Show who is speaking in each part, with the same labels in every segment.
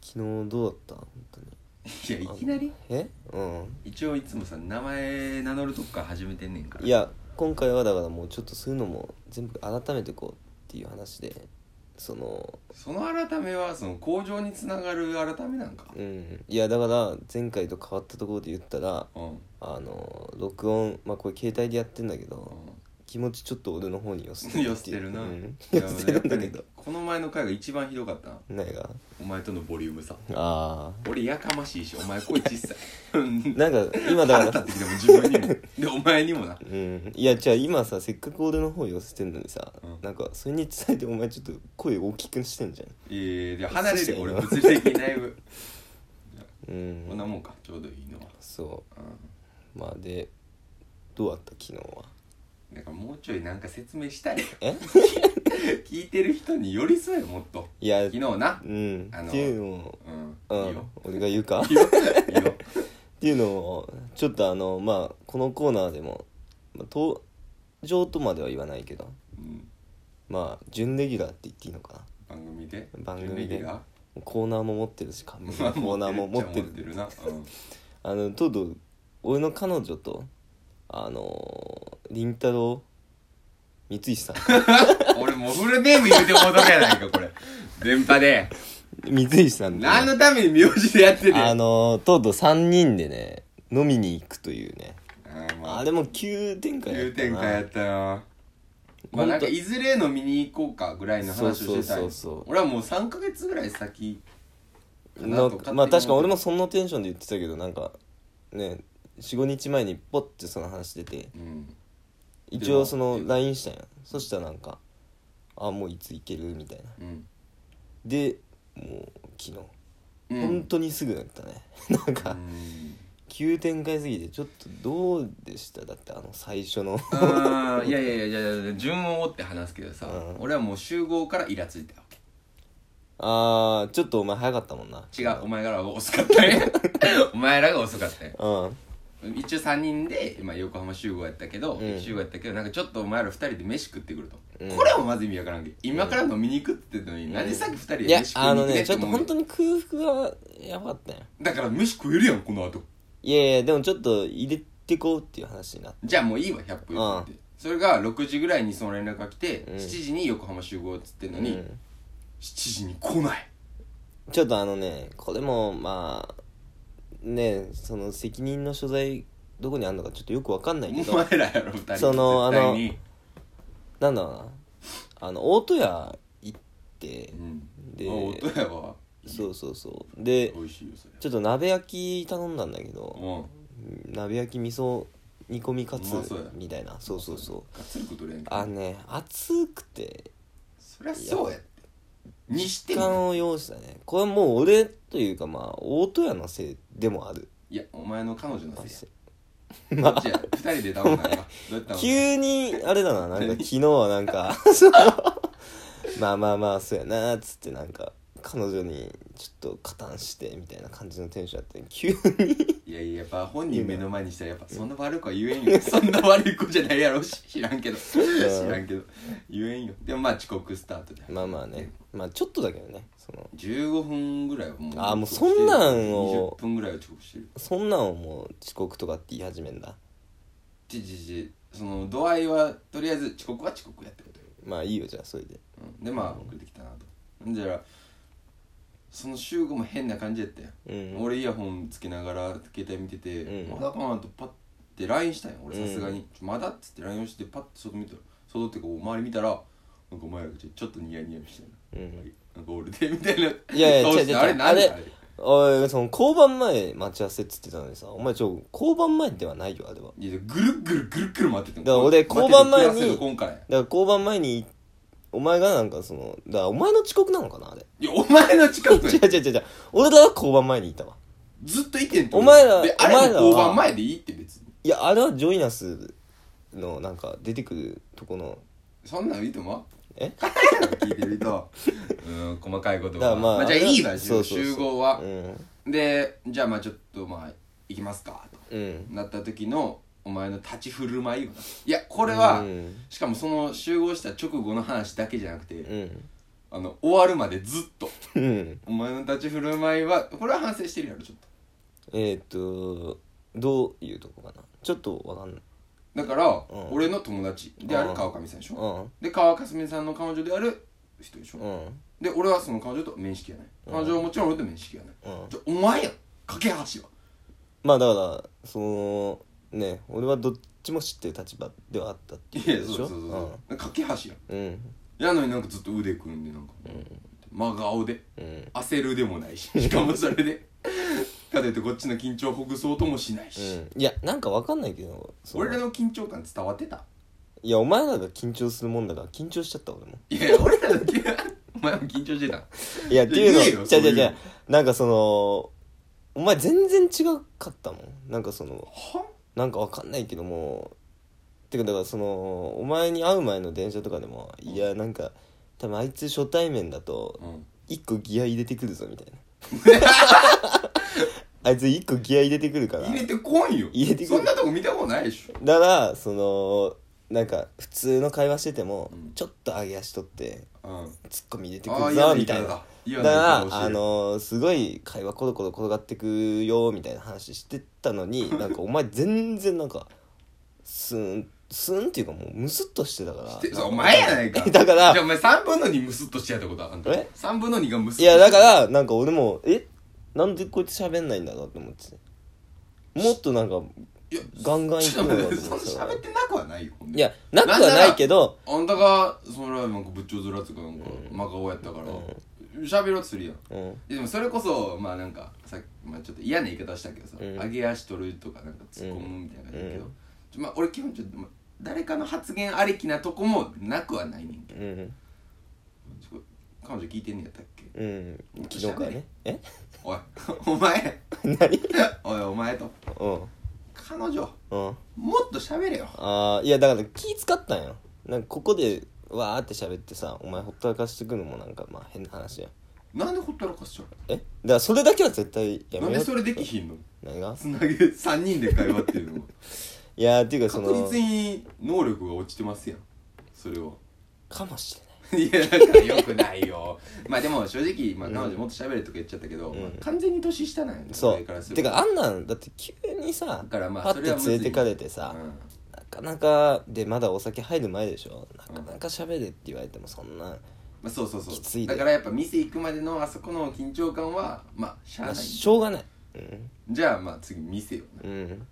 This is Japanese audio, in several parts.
Speaker 1: 昨日どうだった本当に
Speaker 2: いやいきなり
Speaker 1: えうん
Speaker 2: 一応いつもさ名前名乗るとこから始めてんねんから
Speaker 1: いや今回はだからもうちょっとそういうのも全部改めてこうっていう話でその
Speaker 2: その改めはその向上につながる改めなんか
Speaker 1: うんいやだから前回と変わったところで言ったら
Speaker 2: うん、 うん、
Speaker 1: あの録音まあこれ携帯でやってんだけど気持ちちょっと俺の方に寄せて
Speaker 2: 寄せ
Speaker 1: って
Speaker 2: るな、
Speaker 1: うん
Speaker 2: い
Speaker 1: 寄
Speaker 2: や
Speaker 1: せてるんだけ
Speaker 2: やっぱ
Speaker 1: ど
Speaker 2: りこの前の回が一番ひどかったな
Speaker 1: 何が
Speaker 2: お前とのボリュームさ
Speaker 1: ああ
Speaker 2: 俺やかましいしお前声小 さいうん
Speaker 1: なんか今だ
Speaker 2: 腹
Speaker 1: か
Speaker 2: 立っ
Speaker 1: ら
Speaker 2: てきても自 分にもでお前にもな
Speaker 1: うんいやじゃあ今させっかく俺の方寄せてんのにさ、
Speaker 2: うん
Speaker 1: なんかそれに伝えてお前ちょっと声大きくしてんじゃ
Speaker 2: ええで離れて俺物理的にだい ぶ
Speaker 1: んうん
Speaker 2: こんなもんかちょうどいいのは
Speaker 1: そ
Speaker 2: うん
Speaker 1: うまあでどうだった昨日は
Speaker 2: だからもうちょいなんか説明したり
Speaker 1: え
Speaker 2: 聞いてる人に寄り添えよもっと
Speaker 1: いや
Speaker 2: 昨日な
Speaker 1: うん
Speaker 2: あの
Speaker 1: っていうのも、
Speaker 2: うん
Speaker 1: うん、
Speaker 2: いいよ
Speaker 1: 俺が言うかっ
Speaker 2: いいよいいよ
Speaker 1: ていうのもちょっとあのまあこのコーナーでも、まあ、登場とまでは言わないけど
Speaker 2: うん
Speaker 1: まあ準レギュラーって言っていいのかな
Speaker 2: 番組で
Speaker 1: 番組で
Speaker 2: 準レギュラ
Speaker 1: コーナーも持ってる
Speaker 2: ー
Speaker 1: し冠のコーナーも持っ
Speaker 2: じゃ
Speaker 1: てる
Speaker 2: あ持ってるなうん
Speaker 1: あのとうとう俺の彼女とあのー凛太郎三石さん
Speaker 2: 俺もうフルネーム言うてもうとかやないかこれ電波で
Speaker 1: 三石さんで
Speaker 2: 何のために名字でやってる
Speaker 1: あ
Speaker 2: あ
Speaker 1: のーとうとう3人でね飲みに行くというね
Speaker 2: ーま
Speaker 1: あ
Speaker 2: あ
Speaker 1: れも急展開や
Speaker 2: 急
Speaker 1: ったな
Speaker 2: 展開やったなまあ
Speaker 1: ほんと
Speaker 2: なんかいずれ飲みに行こうかぐらいの話をしてたん
Speaker 1: そうそうそ
Speaker 2: よ
Speaker 1: うそう
Speaker 2: 俺はもう3ヶ月ぐらい先かなと
Speaker 1: の
Speaker 2: 勝手に
Speaker 1: まあ確か俺もそのテンションで言ってたけどなんかね45日前にポッてその話出て
Speaker 2: うん
Speaker 1: 一応その LINE したんやそしたらなんか「あもういつ行ける?」みたいな
Speaker 2: うん
Speaker 1: でもう昨日、
Speaker 2: うん
Speaker 1: 本当にすぐだったね なんか、
Speaker 2: うん
Speaker 1: 急展開すぎてちょっとどうでしただってあの最初 の
Speaker 2: あーいやいやいやいや順を追って話すけどさ、
Speaker 1: うん
Speaker 2: 俺はもう集合からイラついたわけ
Speaker 1: あーちょっとお前早かったもんな
Speaker 2: 違うお前らが遅かったね お前らが遅かったね
Speaker 1: うん
Speaker 2: 一応3人で、まあ、横浜集合やったけど、
Speaker 1: うん
Speaker 2: 集合やったけどなんかちょっとお前ら2人で飯食ってくると、
Speaker 1: うん
Speaker 2: これもまず意味わからんけど今から飲みに行くって言ってたのに、何さっき2人で
Speaker 1: いや
Speaker 2: 飯食い
Speaker 1: あ
Speaker 2: に行
Speaker 1: の
Speaker 2: くね
Speaker 1: ね
Speaker 2: っ
Speaker 1: ち
Speaker 2: て
Speaker 1: ょっと
Speaker 2: 思う
Speaker 1: 本当に空腹がやばかったんや
Speaker 2: だから飯食えるやんこの後
Speaker 1: いやいやでもちょっと入れてこうっていう話になって
Speaker 2: じゃあもういいわ100歩譲って、
Speaker 1: う
Speaker 2: それが6時ぐらいにその連絡が来て、
Speaker 1: うん
Speaker 2: 7時に横浜集合っつってんのに、
Speaker 1: うん
Speaker 2: 7時に来ない
Speaker 1: ちょっとあのねこれもまあねその責任の所在どこにあるのかちょっとよくわかんないけ
Speaker 2: お
Speaker 1: ど
Speaker 2: 前らやろ2人
Speaker 1: その
Speaker 2: 絶対に
Speaker 1: なんだろうなあの大戸屋行って
Speaker 2: うん
Speaker 1: で
Speaker 2: あ音やわ
Speaker 1: そうそうそうで
Speaker 2: 美味しいよそれ
Speaker 1: ちょっと鍋焼き頼んだんだけ
Speaker 2: う
Speaker 1: ど
Speaker 2: ん
Speaker 1: 鍋焼き味噌煮込みカツ
Speaker 2: うまそうや
Speaker 1: みたいなそうそうそう
Speaker 2: ガッツリ食うとれんけど
Speaker 1: あのね熱くて
Speaker 2: そりゃそうやってにして
Speaker 1: 時
Speaker 2: も
Speaker 1: 間を要したねこれもう俺というかまあ大戸屋のせいでもある
Speaker 2: いやお前の彼女のせいや
Speaker 1: まあ
Speaker 2: じゃあ2人で頼んだんやどうやったの
Speaker 1: 急にあれだななんか昨日はな んかそのまあまあまあそうやなっつってなんか彼女にちょっと加担してみたいな感じのテンションだったのに急に
Speaker 2: いやいややっぱ本人目の前にしたらやっぱそんな悪い子は言えんよ そんな悪い子じゃないやろし知らんけど知らんけど言えんよでもまあ遅刻スタートで
Speaker 1: まあまあねまあちょっとだけどねその
Speaker 2: 15分ぐらいはもう
Speaker 1: あーもうそんなんを
Speaker 2: 20分ぐらいは遅刻してる
Speaker 1: そんなんをもう遅刻とかって言い始めんだ
Speaker 2: ちちちその度合いはとりあえず遅刻は遅刻やってことよ、
Speaker 1: まあいいよじゃあそれで
Speaker 2: うん、でまあ遅れてきたなとんじゃらその集合も変な感じやったよ、
Speaker 1: うん
Speaker 2: 俺イヤホンつけながら携帯見てて、
Speaker 1: うん
Speaker 2: まだかなとパッて LINE したんよ俺さすがに、ちょまだっつって LINE をしてパッて外見たら外ってこう周り見たらなんかお前らがちょちょっとニヤニヤしてる
Speaker 1: うん
Speaker 2: なんか俺でみたいない
Speaker 1: やいや
Speaker 2: 顔し
Speaker 1: 違う違
Speaker 2: て
Speaker 1: う
Speaker 2: あれなん
Speaker 1: あれ
Speaker 2: だあれ
Speaker 1: おいその交番前待ち合わせっつってたのにさお前ちょ交番前ではないよあれはい
Speaker 2: やぐるっぐるぐるっぐる回ってて
Speaker 1: だから俺交番前に
Speaker 2: 今回
Speaker 1: だから交番前にお前がなんかそのだからお前の遅刻なのかな あれ
Speaker 2: いやお前の近く
Speaker 1: 違
Speaker 2: に
Speaker 1: う違う違う違う俺らは交番前にいたわ
Speaker 2: ずっといてんって
Speaker 1: お前ら
Speaker 2: であれ
Speaker 1: お
Speaker 2: も
Speaker 1: 前らは
Speaker 2: 交番前でいいって別に
Speaker 1: いやあれはジョイナスのなんか出てくるとこの
Speaker 2: そんなのいいと思う
Speaker 1: え
Speaker 2: 聞いてると うん細かいこと
Speaker 1: だか
Speaker 2: は
Speaker 1: らまあ
Speaker 2: じゃあいいわ
Speaker 1: そうそうそう
Speaker 2: 集合は
Speaker 1: うん
Speaker 2: でじゃあまあちょっとまあ行きますかと
Speaker 1: うん
Speaker 2: なった時のお前の立ち振る舞いよないやこれは、
Speaker 1: うん
Speaker 2: しかもその集合した直後の話だけじゃなくて、
Speaker 1: うん
Speaker 2: あの終わるまでずっと
Speaker 1: うん
Speaker 2: お前の立ち振る舞いはこれは反省してるやろちょっと
Speaker 1: えー、っとどういうとこかなちょっとわかんない
Speaker 2: だから、
Speaker 1: うん
Speaker 2: 俺の友達であ
Speaker 1: う
Speaker 2: る
Speaker 1: ん
Speaker 2: 川上さんでしょ、
Speaker 1: うん
Speaker 2: で川かすみさんの彼女である人でしょ、
Speaker 1: うん
Speaker 2: で俺はその彼女と面識がない
Speaker 1: うん
Speaker 2: 彼女はもちろん俺と面識がない、
Speaker 1: うん
Speaker 2: じゃお前やん架け橋は
Speaker 1: まあだからそのね俺はどっちも知ってる立場ではあったって
Speaker 2: いや
Speaker 1: い
Speaker 2: そうう
Speaker 1: ことでし
Speaker 2: そ
Speaker 1: ょ
Speaker 2: うそうそう架け橋やん
Speaker 1: うんうん
Speaker 2: やのになんかずっと腕組んでなんか、真顔で
Speaker 1: うん
Speaker 2: 焦るでも ないししかもそれでかといってこっちの緊張をほぐそうともしないし、
Speaker 1: うんいやなんかわかんないけどその
Speaker 2: 俺らの緊張感伝わってた
Speaker 1: いやお前らが緊張するもんだから緊張しちゃった俺も
Speaker 2: いや 俺らの緊張お前も緊張してた
Speaker 1: いやっていう
Speaker 2: い
Speaker 1: の
Speaker 2: や言えよ
Speaker 1: じゃじゃじ
Speaker 2: そう
Speaker 1: ゃなんかそのお前全然違かったもんなんかその
Speaker 2: は
Speaker 1: なんかわかんないけどもてかだからそのお前に会う前の電車とかでもいやなんか多分あいつ初対面だと
Speaker 2: うん
Speaker 1: 一個ギア入れてくるぞみたいな あいつ一個ギア入れてくるから
Speaker 2: 入れてこんよ
Speaker 1: 入れてこん
Speaker 2: そんなとこ見たことないでしょ
Speaker 1: だからそのなんか普通の会話してても、
Speaker 2: うん
Speaker 1: ちょっと上げ足取って
Speaker 2: うん
Speaker 1: ツッコミ入れてく
Speaker 2: ああ
Speaker 1: る
Speaker 2: 嫌な
Speaker 1: ぞ
Speaker 2: 言
Speaker 1: み
Speaker 2: い
Speaker 1: た
Speaker 2: 方
Speaker 1: いな
Speaker 2: だ
Speaker 1: だ
Speaker 2: 嫌
Speaker 1: か
Speaker 2: な
Speaker 1: ら
Speaker 2: 言い方
Speaker 1: あ
Speaker 2: 教
Speaker 1: のすごい会話コロコロ転がってくよみたいな話してたの になんかお前全然なんかスーンスーンっていうかもうムスッとしてたから
Speaker 2: えてそうお前やないか
Speaker 1: だから
Speaker 2: じゃあお前3分の2ムスッとしてやったことあんた
Speaker 1: え
Speaker 2: 3分の2がムスッ
Speaker 1: いやだからなんか俺もえなんでこいつ喋んないんだろうって思ってもっとなんか
Speaker 2: いや
Speaker 1: ガンガン
Speaker 2: ちょ
Speaker 1: 行
Speaker 2: っ
Speaker 1: く
Speaker 2: と
Speaker 1: の
Speaker 2: 待
Speaker 1: よ
Speaker 2: ってそんな喋ってなくはないよほんで
Speaker 1: いやなくはないけど
Speaker 2: あんたがそのライブなんか仏頂面とかなんか真顔やったから喋、ろうとするやん
Speaker 1: うん
Speaker 2: でもそれこそまあなんかさっき、まあ、ちょっと嫌な言い方したけどさ、
Speaker 1: うん
Speaker 2: 上げ足取るとかなんか突っ込むみたいな感じだけど、
Speaker 1: うん
Speaker 2: ちょまあ俺基本ちょっと、まあ、誰かの発言ありきなとこもなくはないねんけど
Speaker 1: うん
Speaker 2: ちょ彼女聞いてんねやったっけ
Speaker 1: うん昨日からねえ
Speaker 2: おいお前
Speaker 1: 何
Speaker 2: おいお前と
Speaker 1: うん
Speaker 2: 彼女
Speaker 1: うん
Speaker 2: もっと喋れよ
Speaker 1: ああいやだから気使ったんよなんかここでわーって喋ってさお前ほったらかしてくのもなんかまあ変な話や
Speaker 2: なんでほったらかしちゃ
Speaker 1: えだからそれだけは絶対や
Speaker 2: うなん
Speaker 1: めよ
Speaker 2: で
Speaker 1: う
Speaker 2: それできひんの
Speaker 1: 何が
Speaker 2: つなげ3人で会話っていうのはい
Speaker 1: やーっていうかそ
Speaker 2: 確
Speaker 1: の
Speaker 2: 実に能力が落ちてますやんそれは
Speaker 1: かもしれ ない
Speaker 2: いやだからよくないよまあでも正直、まあ、彼女もっと喋れとか言っちゃったけど、
Speaker 1: うん
Speaker 2: まあ完全に年下なんよね
Speaker 1: そ
Speaker 2: 俺からす
Speaker 1: う
Speaker 2: ると
Speaker 1: てかあんなんだって急にさ
Speaker 2: だからまあ
Speaker 1: パッ
Speaker 2: そ
Speaker 1: て
Speaker 2: れはむずい
Speaker 1: 連れてかれてさ、
Speaker 2: うん
Speaker 1: なかなかでまだお酒入る前でしょなかなか喋れって言われてもそんな、
Speaker 2: まあ、そうそうそう
Speaker 1: きついで
Speaker 2: だからやっぱ店行くまでのあそこの緊張感はまあしゃあ
Speaker 1: ま
Speaker 2: な
Speaker 1: あ
Speaker 2: い
Speaker 1: しょうがないうん
Speaker 2: じゃあまあ次店よな
Speaker 1: うん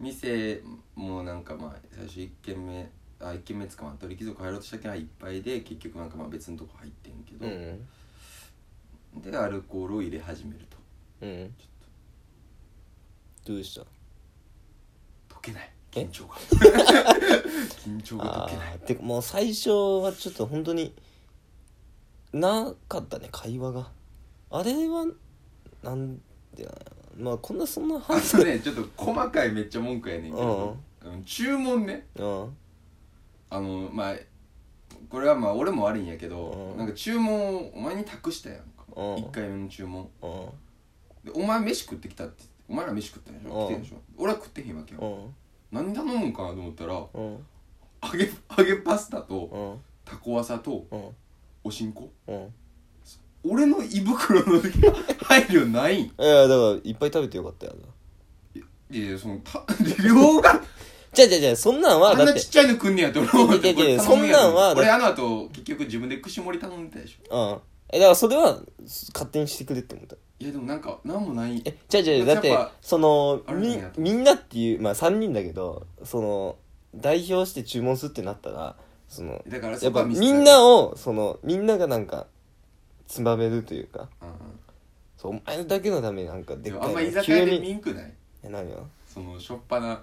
Speaker 2: 店もなんかまあ最初1軒目あ一軒目つかまあ鳥貴族入ろうとしたけどいっぱいで結局なんかまあ別のとこ入ってんけど
Speaker 1: う、ん
Speaker 2: でアルコールを入れ始めると
Speaker 1: うん
Speaker 2: ちょっと
Speaker 1: どうした
Speaker 2: 溶けない
Speaker 1: え
Speaker 2: 緊張が緊張が
Speaker 1: あ
Speaker 2: 溶けない
Speaker 1: ーてかもう最初はちょっと本当になかったね会話があれはなんでなんやろまあこんなそんな
Speaker 2: あ
Speaker 1: 話
Speaker 2: とねちょっと細かいめっちゃ文句やねんけど、あの注文ね
Speaker 1: うん
Speaker 2: あのまあこれはまあ俺も悪いんやけど、
Speaker 1: うん
Speaker 2: なんか注文をお前に託したやんか、
Speaker 1: うん
Speaker 2: 1回目の注文
Speaker 1: うん
Speaker 2: でお前飯食ってきたってお前ら飯食ったでしょ、
Speaker 1: うん
Speaker 2: 来てんでしょ俺は食ってへんわけよ、
Speaker 1: うん
Speaker 2: 何頼むんかなと思ったら揚
Speaker 1: うん
Speaker 2: げ揚げパスタと
Speaker 1: うん
Speaker 2: タコワサと
Speaker 1: うん
Speaker 2: おしんこ
Speaker 1: うん
Speaker 2: 俺の胃袋の配慮ないん
Speaker 1: いやだからいっぱい食べてよかったよ
Speaker 2: いやいやそのた量が
Speaker 1: じゃじゃじゃそんなんは
Speaker 2: あん
Speaker 1: だ
Speaker 2: な
Speaker 1: って
Speaker 2: ちっちゃいの食んねやと思う
Speaker 1: いやいやいや
Speaker 2: これ頼むや
Speaker 1: そんなんは
Speaker 2: 俺あの後結局自分で串盛り頼んでたでしょ
Speaker 1: うんえだからそれは勝手にしてくれって思った
Speaker 2: いやでもなんか何もない
Speaker 1: えじゃあじゃあだっ
Speaker 2: や
Speaker 1: て
Speaker 2: っぱ
Speaker 1: その
Speaker 2: あれなん
Speaker 1: み
Speaker 2: やと
Speaker 1: みんなっていうまあ3人だけどその代表して注文するってなったらその
Speaker 2: だから
Speaker 1: や
Speaker 2: そ
Speaker 1: っ
Speaker 2: こは
Speaker 1: ぱ
Speaker 2: ミス
Speaker 1: みんなをそのみんながなんかつまめるというか
Speaker 2: うんうん
Speaker 1: そうお前だけのためになんかで
Speaker 2: で
Speaker 1: っ
Speaker 2: もあ
Speaker 1: か
Speaker 2: んま居
Speaker 1: い
Speaker 2: 酒屋で
Speaker 1: に
Speaker 2: ミンクない
Speaker 1: え何よ
Speaker 2: そのしょっぱな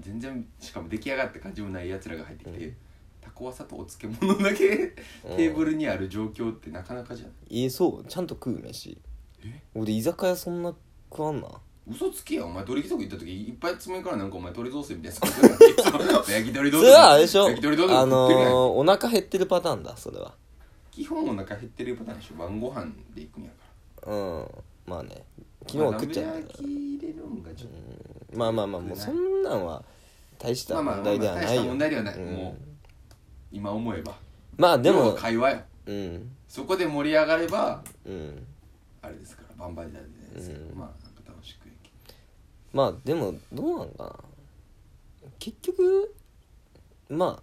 Speaker 2: 全然しかも出来上がった感じもないやつらが入ってきて、タコワサとお漬物だけテーブルにある状況ってなかなかじゃない
Speaker 1: えそうちゃんと食う飯
Speaker 2: え
Speaker 1: 俺居酒屋そんな食わんな
Speaker 2: 嘘つけやお前鳥貴族行った時いっぱい詰めからなんかお前鳥雑炊みたいな やつ焼き鳥
Speaker 1: そ
Speaker 2: 雑炊
Speaker 1: れはあれでしょあ
Speaker 2: 焼き鳥雑炊食
Speaker 1: の
Speaker 2: ってるやん、
Speaker 1: ーお腹減ってるパターンだそれは
Speaker 2: 基本お腹減ってるパターンでしょ晩ご飯で行くんやから
Speaker 1: うんまあね昨日は食っちゃ
Speaker 2: まあ
Speaker 1: っ
Speaker 2: 鍋
Speaker 1: たか
Speaker 2: 焼き入れるんがちょっと
Speaker 1: らまあまあまあもうそんなんは大した
Speaker 2: まあまあ
Speaker 1: 問
Speaker 2: まあ
Speaker 1: 題ではな
Speaker 2: 大
Speaker 1: い
Speaker 2: し
Speaker 1: よ
Speaker 2: た問題ではない、
Speaker 1: うん
Speaker 2: もう今思えば
Speaker 1: まあで
Speaker 2: 要は
Speaker 1: も
Speaker 2: 会話や
Speaker 1: うん
Speaker 2: そこで盛り上がれば
Speaker 1: うん
Speaker 2: あれですからバンバンだねですけど、
Speaker 1: うん
Speaker 2: まあなんか楽しく生き
Speaker 1: まあでもどうなんかな結局まあ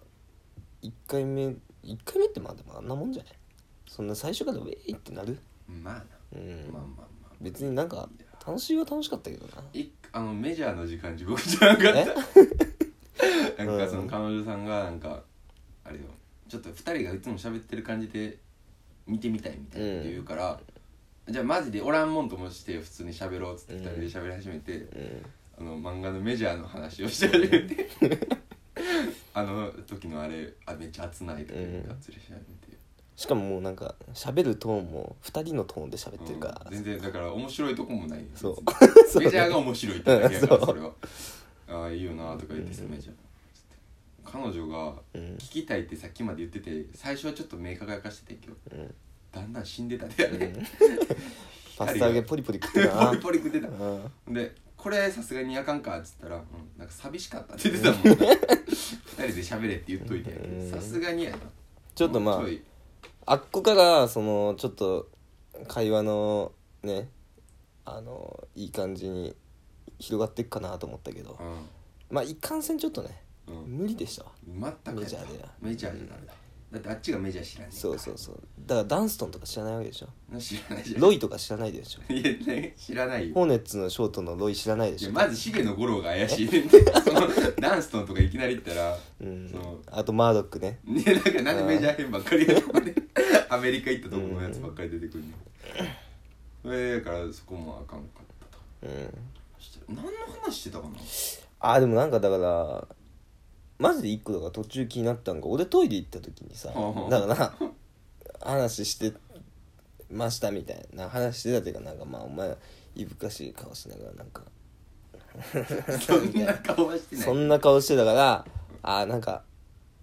Speaker 1: 1回目1回目ってまあでもあんなもんじゃないそんな最初からウェイってなる
Speaker 2: まあな、
Speaker 1: うん
Speaker 2: まあまあまあ
Speaker 1: 別になんか
Speaker 2: いや
Speaker 1: 楽しいは楽しかったけどない
Speaker 2: あのメジャーの時間地獄じゃなかっ
Speaker 1: え
Speaker 2: たなんかそうの
Speaker 1: ん
Speaker 2: 彼女さんがなんかあれよちょっと2人がいつも喋ってる感じで見てみたいみたいなこと言うから、じゃあマジでおらんもんともして普通に喋ろうっつって2人で喋り始めて、
Speaker 1: うん
Speaker 2: あの漫画のメジャーの話をして始めてあの時のあれあめっちゃ熱ないとか言ってがっつりし始めて、
Speaker 1: しかももうなんか喋るトーンも2人のトーンで喋ってるから
Speaker 2: うん、全然だから面白いとこもないよ
Speaker 1: そう そう
Speaker 2: メジャーが面白いってだけやから
Speaker 1: うん
Speaker 2: そ
Speaker 1: そう
Speaker 2: れはああいいよなとか言って
Speaker 1: うん
Speaker 2: メジャー彼女が
Speaker 1: うん
Speaker 2: 聞きたいってさっきまで言ってて最初はちょっと目輝かしててけど
Speaker 1: うん
Speaker 2: だんだん死んでたであれ、
Speaker 1: パスタ揚げポリポリ食っ てたな
Speaker 2: ポリポリ食ってた
Speaker 1: うん
Speaker 2: でこれさすがにあかんかっつったら、うん、なんか寂しかったって言ってたもん二人で喋れって言っといて
Speaker 1: うん
Speaker 2: さすがにやな
Speaker 1: ちょっとまあ
Speaker 2: もうちょい
Speaker 1: あっこからそのちょっと会話のねあのいい感じに広がっていくかなと思ったけどまあいかんせんちょっとね
Speaker 2: うんうん
Speaker 1: 無理でしたわ
Speaker 2: 全くやった
Speaker 1: メジャーでな
Speaker 2: メジャーじゃダメだだってあっちがメジャー知らねえから
Speaker 1: そうそうそうだからダンストンとか知らないわけでしょ
Speaker 2: 知らないじゃん
Speaker 1: ロイとか知らないでしょ
Speaker 2: いやね知らないよ
Speaker 1: ホーネッツのショートのロイ知らないで
Speaker 2: い
Speaker 1: し
Speaker 2: や
Speaker 1: ょ
Speaker 2: まずシゲの五郎が怪しいね そのダンストンとかいきなり行ったら
Speaker 1: うん
Speaker 2: そう
Speaker 1: あとマードックね
Speaker 2: ねなんかなんでメジャー編ばっかりやここでアメリカ行ったとこのやつばっかり出てくるねそれだからそこもあかんかったと
Speaker 1: うん
Speaker 2: そしたら何の話してたかな
Speaker 1: あでもなんかだからマジで一個だから途中気になったんが俺トイレ行った時にさ
Speaker 2: はあ
Speaker 1: だから話してましたみたいな話してたっていうかなんかまあお前いぶかしい顔しながらなんか
Speaker 2: そんな顔はしてない
Speaker 1: そんな顔してたからあーなんか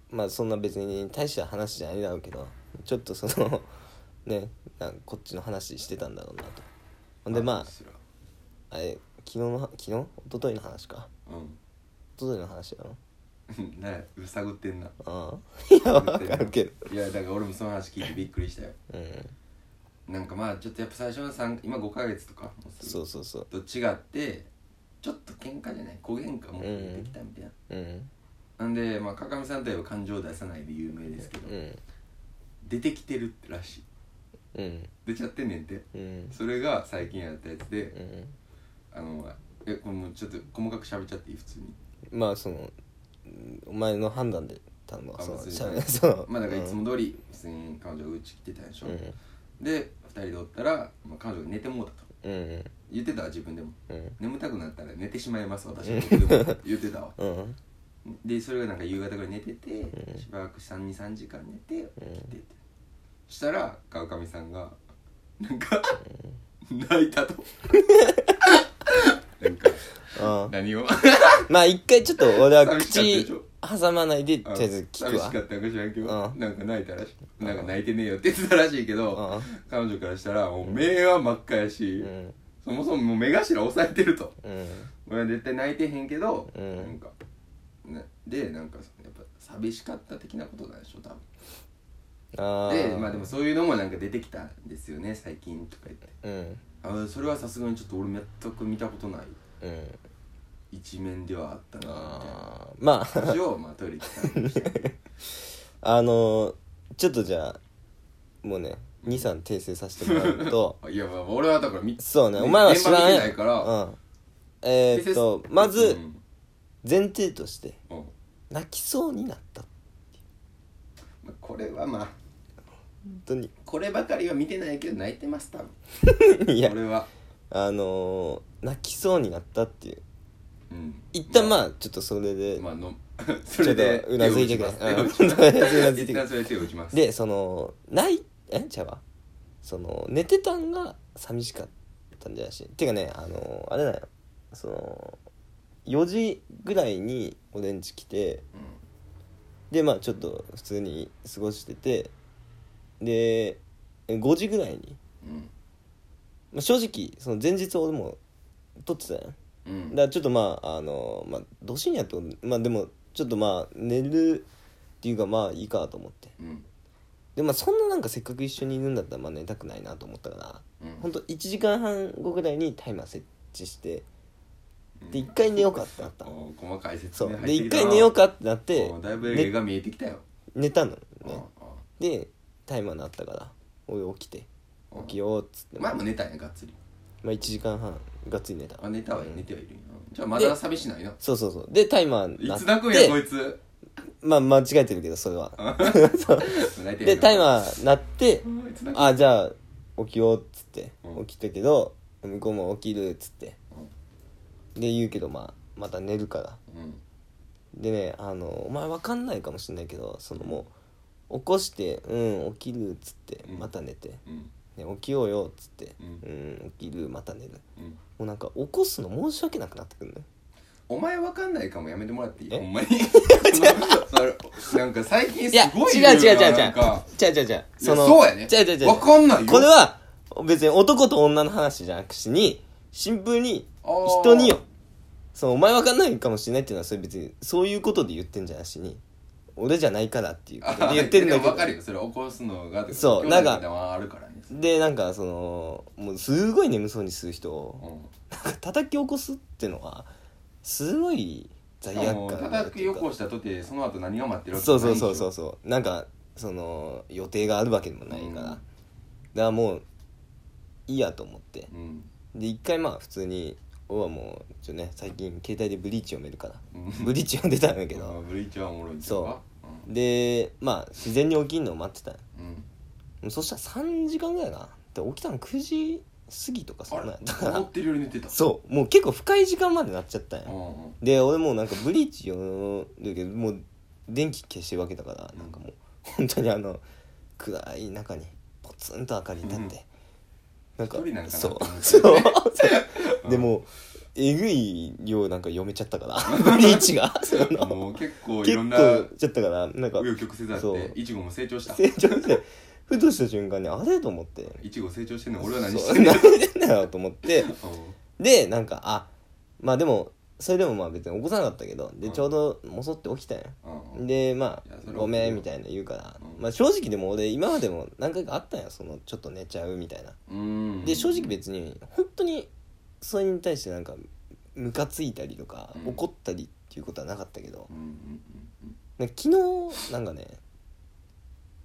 Speaker 1: まあそんな別に大した話じゃないだろうけどちょっとそのねなんかこっちの話してたんだろうなとほんでま
Speaker 2: そらう
Speaker 1: ああれ昨日の昨日一昨日の話か
Speaker 2: ん
Speaker 1: 一昨日の話だろ
Speaker 2: なうさぐってんな
Speaker 1: ああ いやわかるけど
Speaker 2: いやだから俺もその話聞いてびっくりしたよ
Speaker 1: うん
Speaker 2: なんかまあちょっとやっぱ最初の3今5ヶ月とかもうすぐ
Speaker 1: そうそうそう
Speaker 2: と違ってちょっと喧嘩じゃない小喧嘩も出てきたみたいな、
Speaker 1: うん
Speaker 2: なんでまあかかみさんといえば感情を出さないで有名ですけど、
Speaker 1: うん
Speaker 2: 出てきてるってらしい
Speaker 1: うん
Speaker 2: 出ちゃってんねんて
Speaker 1: うん
Speaker 2: それが最近やったやつで、
Speaker 1: うん
Speaker 2: あのえこれもうちょっと細かく喋っちゃっていい普通に
Speaker 1: まあそのうんお前の判断で頼むわ
Speaker 2: あ
Speaker 1: その
Speaker 2: 別に
Speaker 1: しゃべその
Speaker 2: まあだからいつ
Speaker 1: も
Speaker 2: も通り普通に彼女がうち来てたでしょ、
Speaker 1: うん
Speaker 2: で2人でおったら、まあ、彼女が寝てもうたと
Speaker 1: うん
Speaker 2: 言ってたわ自分でも
Speaker 1: うん
Speaker 2: 眠たくなったら寝てしまいます私は僕でも言ってたわ
Speaker 1: うんうん
Speaker 2: でそれがなんか夕方ぐらい寝てて、
Speaker 1: うん
Speaker 2: しばらく323時間寝て起
Speaker 1: うん
Speaker 2: きてて、したら川上さんがなんか泣いた となんか
Speaker 1: ああ
Speaker 2: 何を
Speaker 1: まあ一回ちょっと俺は
Speaker 2: 寂しかったで
Speaker 1: 口
Speaker 2: しょ
Speaker 1: 挟まないでと
Speaker 2: あ
Speaker 1: りあえず聞く
Speaker 2: 寂し
Speaker 1: わ
Speaker 2: かったんか知らんけど、
Speaker 1: うん
Speaker 2: なんか泣いたらしいなんか泣いてねえよって言ってたらしいけど、
Speaker 1: ああ
Speaker 2: 彼女からしたらもう目は真っ赤やし、
Speaker 1: うん
Speaker 2: そもそももう目頭押さえてると
Speaker 1: うん
Speaker 2: 俺は絶対泣いてへんけど、
Speaker 1: うん
Speaker 2: なんか、ね、でなんかやっぱ寂しかった的なことなんでしょ多分
Speaker 1: ああ
Speaker 2: でまあでもそういうのもなんか出てきたんですよね最近とか言って
Speaker 1: うん
Speaker 2: あそれはさすがにちょっと俺全く見たことない
Speaker 1: うん
Speaker 2: 一面ではあったな
Speaker 1: ああま
Speaker 2: みたいな
Speaker 1: あ
Speaker 2: 話をまあトイレ行ってたんですけど
Speaker 1: あのちょっとじゃあもうね23訂正させてもらうと
Speaker 2: いやまあ俺はだからみ
Speaker 1: そうね、お前は知らない。
Speaker 2: 現場見てないから
Speaker 1: うん。えーっと、ま
Speaker 2: う
Speaker 1: ず、
Speaker 2: ん
Speaker 1: 前提として、
Speaker 2: うん
Speaker 1: 泣きそうになった。
Speaker 2: まあこれはまあ
Speaker 1: 本当に。
Speaker 2: こればかりは見てないけど泣いてます多分
Speaker 1: いや
Speaker 2: こ、れは
Speaker 1: あのー、泣きそうになったっていう。
Speaker 2: うん
Speaker 1: 一旦まあ、ちょっとそれで、
Speaker 2: まあの それで
Speaker 1: ちょっとうなずいてください
Speaker 2: 手を打ちます手を打ちます
Speaker 1: うんうなずいて
Speaker 2: 一
Speaker 1: くだ
Speaker 2: 旦それで手を打ちます
Speaker 1: で、その、ない、えちゃうわ。その、寝てたんが寂しかったんじゃないし。てかね、あのー、あれだよ。その、4時ぐらいに俺ん家来て、
Speaker 2: う
Speaker 1: でまあちょっと普通に過ごしててで5時ぐらいに、
Speaker 2: ん
Speaker 1: まあ、正直その前日俺も撮ってたやんだか
Speaker 2: うんうん
Speaker 1: らちょっとまああのまあどうしんやってことまあでもちょっとまあ寝るっていうかまあいいかと思って
Speaker 2: うん
Speaker 1: ででもまあそんななんかせっかく一緒にいるんだったらまあ寝たくないなと思ったから
Speaker 2: うん
Speaker 1: ほんと1時間半後ぐらいにタイマー設置して
Speaker 2: うん
Speaker 1: で1回寝ようかってなったの
Speaker 2: お細かい説
Speaker 1: そう
Speaker 2: 明
Speaker 1: で
Speaker 2: 入ってき
Speaker 1: 1
Speaker 2: たな
Speaker 1: 回寝ようかってなって
Speaker 2: おだいぶ
Speaker 1: ね
Speaker 2: 絵が見えてきたよ、
Speaker 1: 寝たの
Speaker 2: うん
Speaker 1: ねでタイマー鳴ったから俺起きて
Speaker 2: うん
Speaker 1: 起きようっつって
Speaker 2: うん
Speaker 1: ま
Speaker 2: 前も寝たんやがっつり
Speaker 1: あ1時間半がっつり寝た
Speaker 2: あ寝たわよ
Speaker 1: うん
Speaker 2: 寝てはいるよじゃあまだ寂しないな
Speaker 1: そうそうそうでタイマー
Speaker 2: い
Speaker 1: 鳴
Speaker 2: つ泣くんやこ
Speaker 1: っ
Speaker 2: い
Speaker 1: て
Speaker 2: つ
Speaker 1: まあ間違えてるけどそれは
Speaker 2: 泣いて
Speaker 1: でタイ
Speaker 2: ー
Speaker 1: マー鳴って
Speaker 2: いつ泣く
Speaker 1: あじゃあ起きようっつって
Speaker 2: うん
Speaker 1: 起きたけど向こうも起きるっつって
Speaker 2: うん
Speaker 1: で言うけどまあまた寝るから
Speaker 2: うん
Speaker 1: でねあのお前わかんないかもしれないけどそのもう起こして「うん起きる」っつって
Speaker 2: うん
Speaker 1: また寝て
Speaker 2: うん
Speaker 1: 「ね、起きようよ」っつって
Speaker 2: う
Speaker 1: 「うんん起きるまた寝る」
Speaker 2: うん
Speaker 1: もうなんか起こすの申し訳なくなってくるのよ
Speaker 2: お前わかんないかもやめてもらっていい
Speaker 1: え
Speaker 2: ほん まにそのなんか最近
Speaker 1: いや
Speaker 2: すごい
Speaker 1: 違う違う違う違う
Speaker 2: なんか
Speaker 1: 違う違う違う
Speaker 2: いやそうやね
Speaker 1: 違う違う違う
Speaker 2: わかんないよ
Speaker 1: これは別に男と女の話じゃなくしにシンプルに人によそのお前わかんないかもしれないっていうのはそれ別にそういうことで言ってんじゃなしに俺じゃないからっていうことで言ってるんだけ
Speaker 2: わかる
Speaker 1: ど
Speaker 2: よそれ起こすのが
Speaker 1: そう
Speaker 2: 兄弟
Speaker 1: なんか
Speaker 2: ではあるからね
Speaker 1: でなんかそのもうすごい眠そうにする人を
Speaker 2: う
Speaker 1: なんか叩き起こすってのはすごい罪
Speaker 2: んしかも
Speaker 1: 悪感がある
Speaker 2: 叩
Speaker 1: って
Speaker 2: き
Speaker 1: い
Speaker 2: 起
Speaker 1: うか
Speaker 2: こしたとてその後何が待ってるわけ
Speaker 1: そうそうそうそううそうなんかその予定があるわけでもないから、
Speaker 2: うん
Speaker 1: だからもういいやと思って
Speaker 2: うん
Speaker 1: で一回まあ普通に俺はもうちょっとね最近携帯でブリーチ読めるから
Speaker 2: うん
Speaker 1: ブリーチ読んでたんだけ
Speaker 2: あ
Speaker 1: ど
Speaker 2: ーブリーチはおもろい
Speaker 1: そでまあ自然に起きんのを待ってたの
Speaker 2: うん、うん、
Speaker 1: もうそしたら3時間ぐらいかなで起きたの9時過ぎとかそ
Speaker 2: あ
Speaker 1: んなんやった
Speaker 2: れ
Speaker 1: か
Speaker 2: 思
Speaker 1: ら
Speaker 2: ってるより寝てた
Speaker 1: そうもう結構深い時間までなっちゃったんや
Speaker 2: うんうん
Speaker 1: で俺もうなんかブリーチ読んでるけどもう電気消してるわけだから
Speaker 2: うん
Speaker 1: なんかもう本当にあの暗い中にポツンと明かり立って、
Speaker 2: うん
Speaker 1: なんか
Speaker 2: 一人なんかな
Speaker 1: そう
Speaker 2: と思って
Speaker 1: そう
Speaker 2: うん
Speaker 1: でもえぐい量なんか読めちゃったからブリーチがその
Speaker 2: もう結構い
Speaker 1: 結
Speaker 2: ろ
Speaker 1: 構
Speaker 2: んな
Speaker 1: やっちゃったからなん
Speaker 2: 紆
Speaker 1: か
Speaker 2: 余曲折あ
Speaker 1: そ
Speaker 2: っ
Speaker 1: う
Speaker 2: ていちごも成長した
Speaker 1: 成長してふとした瞬間にあれと思って
Speaker 2: いちご成長してんの俺は何し
Speaker 1: そう
Speaker 2: てんの
Speaker 1: 何してんだよと思って
Speaker 2: うん
Speaker 1: でなんかあまあでもそれでもまあ別に起こさなかったけどで
Speaker 2: うん
Speaker 1: ちょうどもそって起きたんや
Speaker 2: うん
Speaker 1: でま
Speaker 2: いやそ
Speaker 1: あ
Speaker 2: れは
Speaker 1: ごめんみたいな言うから、
Speaker 2: うん
Speaker 1: まあ正直でも俺今までも何回かあったんやそのちょっと寝ちゃうみたいな
Speaker 2: うん
Speaker 1: で正直別に本当にそれに対してなんかムカついたりとか
Speaker 2: うん
Speaker 1: 怒ったりっていうことはなかったけど
Speaker 2: うんうんうん
Speaker 1: なんか昨日なんかね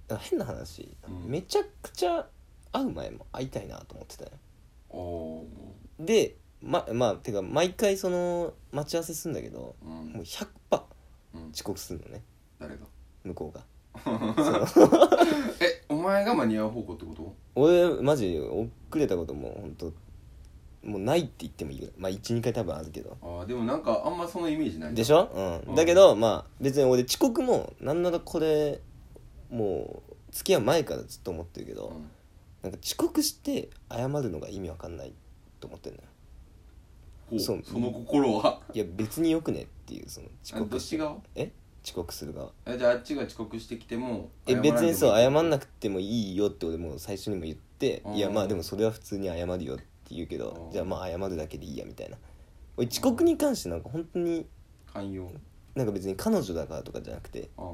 Speaker 1: なんか変な話、
Speaker 2: うん
Speaker 1: めちゃくちゃ会う前も会いたいなと思ってたよ
Speaker 2: うんおー
Speaker 1: でままあてか毎回その待ち合わせするんだけど
Speaker 2: う
Speaker 1: もうん100%遅
Speaker 2: うん
Speaker 1: 刻するのね
Speaker 2: 誰が
Speaker 1: 向こうが
Speaker 2: えお前が間に合う方向ってこと
Speaker 1: 俺マジ遅れたことも本当もうないって言ってもいいぐらいまあ12回多分あるけど
Speaker 2: ああでもなんかあんまそのイメージない
Speaker 1: でし
Speaker 2: ょ
Speaker 1: ょ、
Speaker 2: う
Speaker 1: う、
Speaker 2: んん
Speaker 1: だけどまあ別に俺遅刻もなんならこれもう付き合う前からずっと思ってるけど、なんか遅刻して謝るのが意味わかんないと思ってんのよそ
Speaker 2: そううその心はい
Speaker 1: や別によくねっていうその遅
Speaker 2: あど
Speaker 1: 刻
Speaker 2: っ
Speaker 1: し
Speaker 2: ち側
Speaker 1: え遅刻する側
Speaker 2: えじゃああっちが遅刻してきても
Speaker 1: え
Speaker 2: 謝らんでも
Speaker 1: 別にそう謝んなくてもいいよって俺もう最初にも言って
Speaker 2: うん
Speaker 1: いやまあでもそれは普通に謝るよって言うけど
Speaker 2: うん
Speaker 1: じゃあまあ謝るだけでいいやみたいな俺遅刻に関してなんか本当に
Speaker 2: 寛容
Speaker 1: なんか別に彼女だからとかじゃなくて
Speaker 2: ああ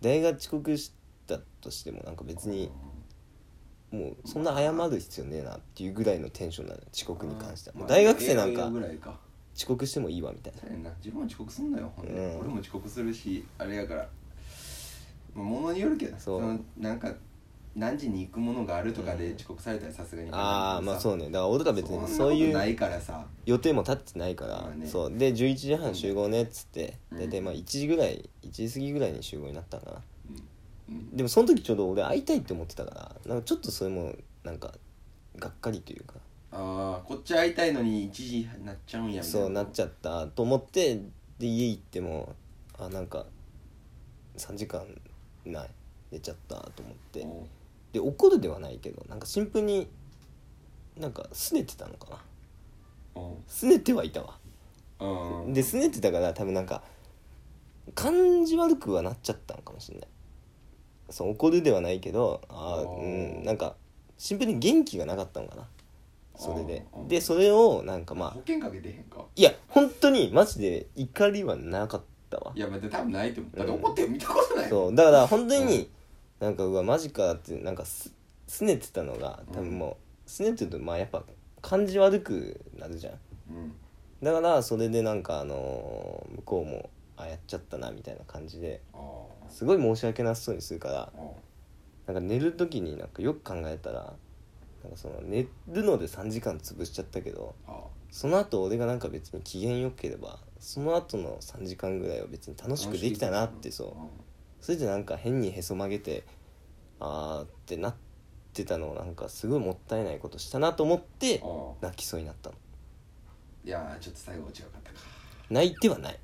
Speaker 1: 誰が遅刻したとしてもなんか別にもうそんな謝る必要ねえなっていうぐらいのテンションなの遅刻に関してはもう大学生なん
Speaker 2: まあ
Speaker 1: か
Speaker 2: 英語ぐらいか
Speaker 1: 遅刻してもいいわみたいな
Speaker 2: そうやんな自分も遅刻すんだよ、ほんで
Speaker 1: うん
Speaker 2: 俺も遅刻するしあれやからまあものによるけど
Speaker 1: そう
Speaker 2: のなんか何時に行くものがあるとかで遅刻されたらさすがに
Speaker 1: ああまあそううねだから俺とか別にそう
Speaker 2: そんなこと
Speaker 1: い
Speaker 2: な
Speaker 1: う
Speaker 2: いからさ
Speaker 1: 予定も立ってないか
Speaker 2: ま
Speaker 1: ら
Speaker 2: あね
Speaker 1: そうで11時半集合ねっつって
Speaker 2: うん
Speaker 1: 大体まあ1時ぐらい1時過ぎぐらいに集合になったのかな
Speaker 2: うん
Speaker 1: でもその時ちょうど俺会いたいって思ってたからなんかちょっとそれもなんかがっかりというか
Speaker 2: ああこっち会いたいのに1時になっちゃうんやみたいな
Speaker 1: そうなっちゃったと思ってで家行ってもあなんか3時間ない寝ちゃったと思って
Speaker 2: おう
Speaker 1: で怒るではないけどなんかシンプルになんか拗ねてたのかな
Speaker 2: おう
Speaker 1: 拗ねてはいたわ
Speaker 2: うんうん
Speaker 1: で拗ねてたから多分なんか感じ悪くはなっちゃったのかもしれないそう怒るではないけどあ
Speaker 2: あ
Speaker 1: ー
Speaker 2: ー
Speaker 1: うんなんかシンプルに元気がなかったのかなそれで
Speaker 2: あー
Speaker 1: でそれをなんかまあ
Speaker 2: 保険かけてへんか
Speaker 1: いや本当にマジで怒りはなかったわ
Speaker 2: いやまあで多分ないと思うだって
Speaker 1: うん
Speaker 2: 怒ってる見たことないもん
Speaker 1: そうだから本当になんかうわマジかってなんかすすねてたのが多分もうすねてるとまあやっぱ感じ悪くなるじゃん
Speaker 2: うん
Speaker 1: だからそれでなんかあのー向こうもあやっちゃったなみたいな感じで
Speaker 2: あー
Speaker 1: すごい申し訳なさそうにするから
Speaker 2: あー
Speaker 1: なんか寝る時になんかよく考えたらなんかその寝るので3時間潰しちゃったけど
Speaker 2: あ
Speaker 1: その後俺がなんか別に機嫌よければその後の3時間ぐらいは別に楽
Speaker 2: ー
Speaker 1: しくできたなってそうそれでなんか変にへそ曲げてあーってなってたのをなんかすごいもったいないことしたなと思って
Speaker 2: あー
Speaker 1: 泣きそうになったの
Speaker 2: いやーちょっと最後は違かったか
Speaker 1: 泣いてはない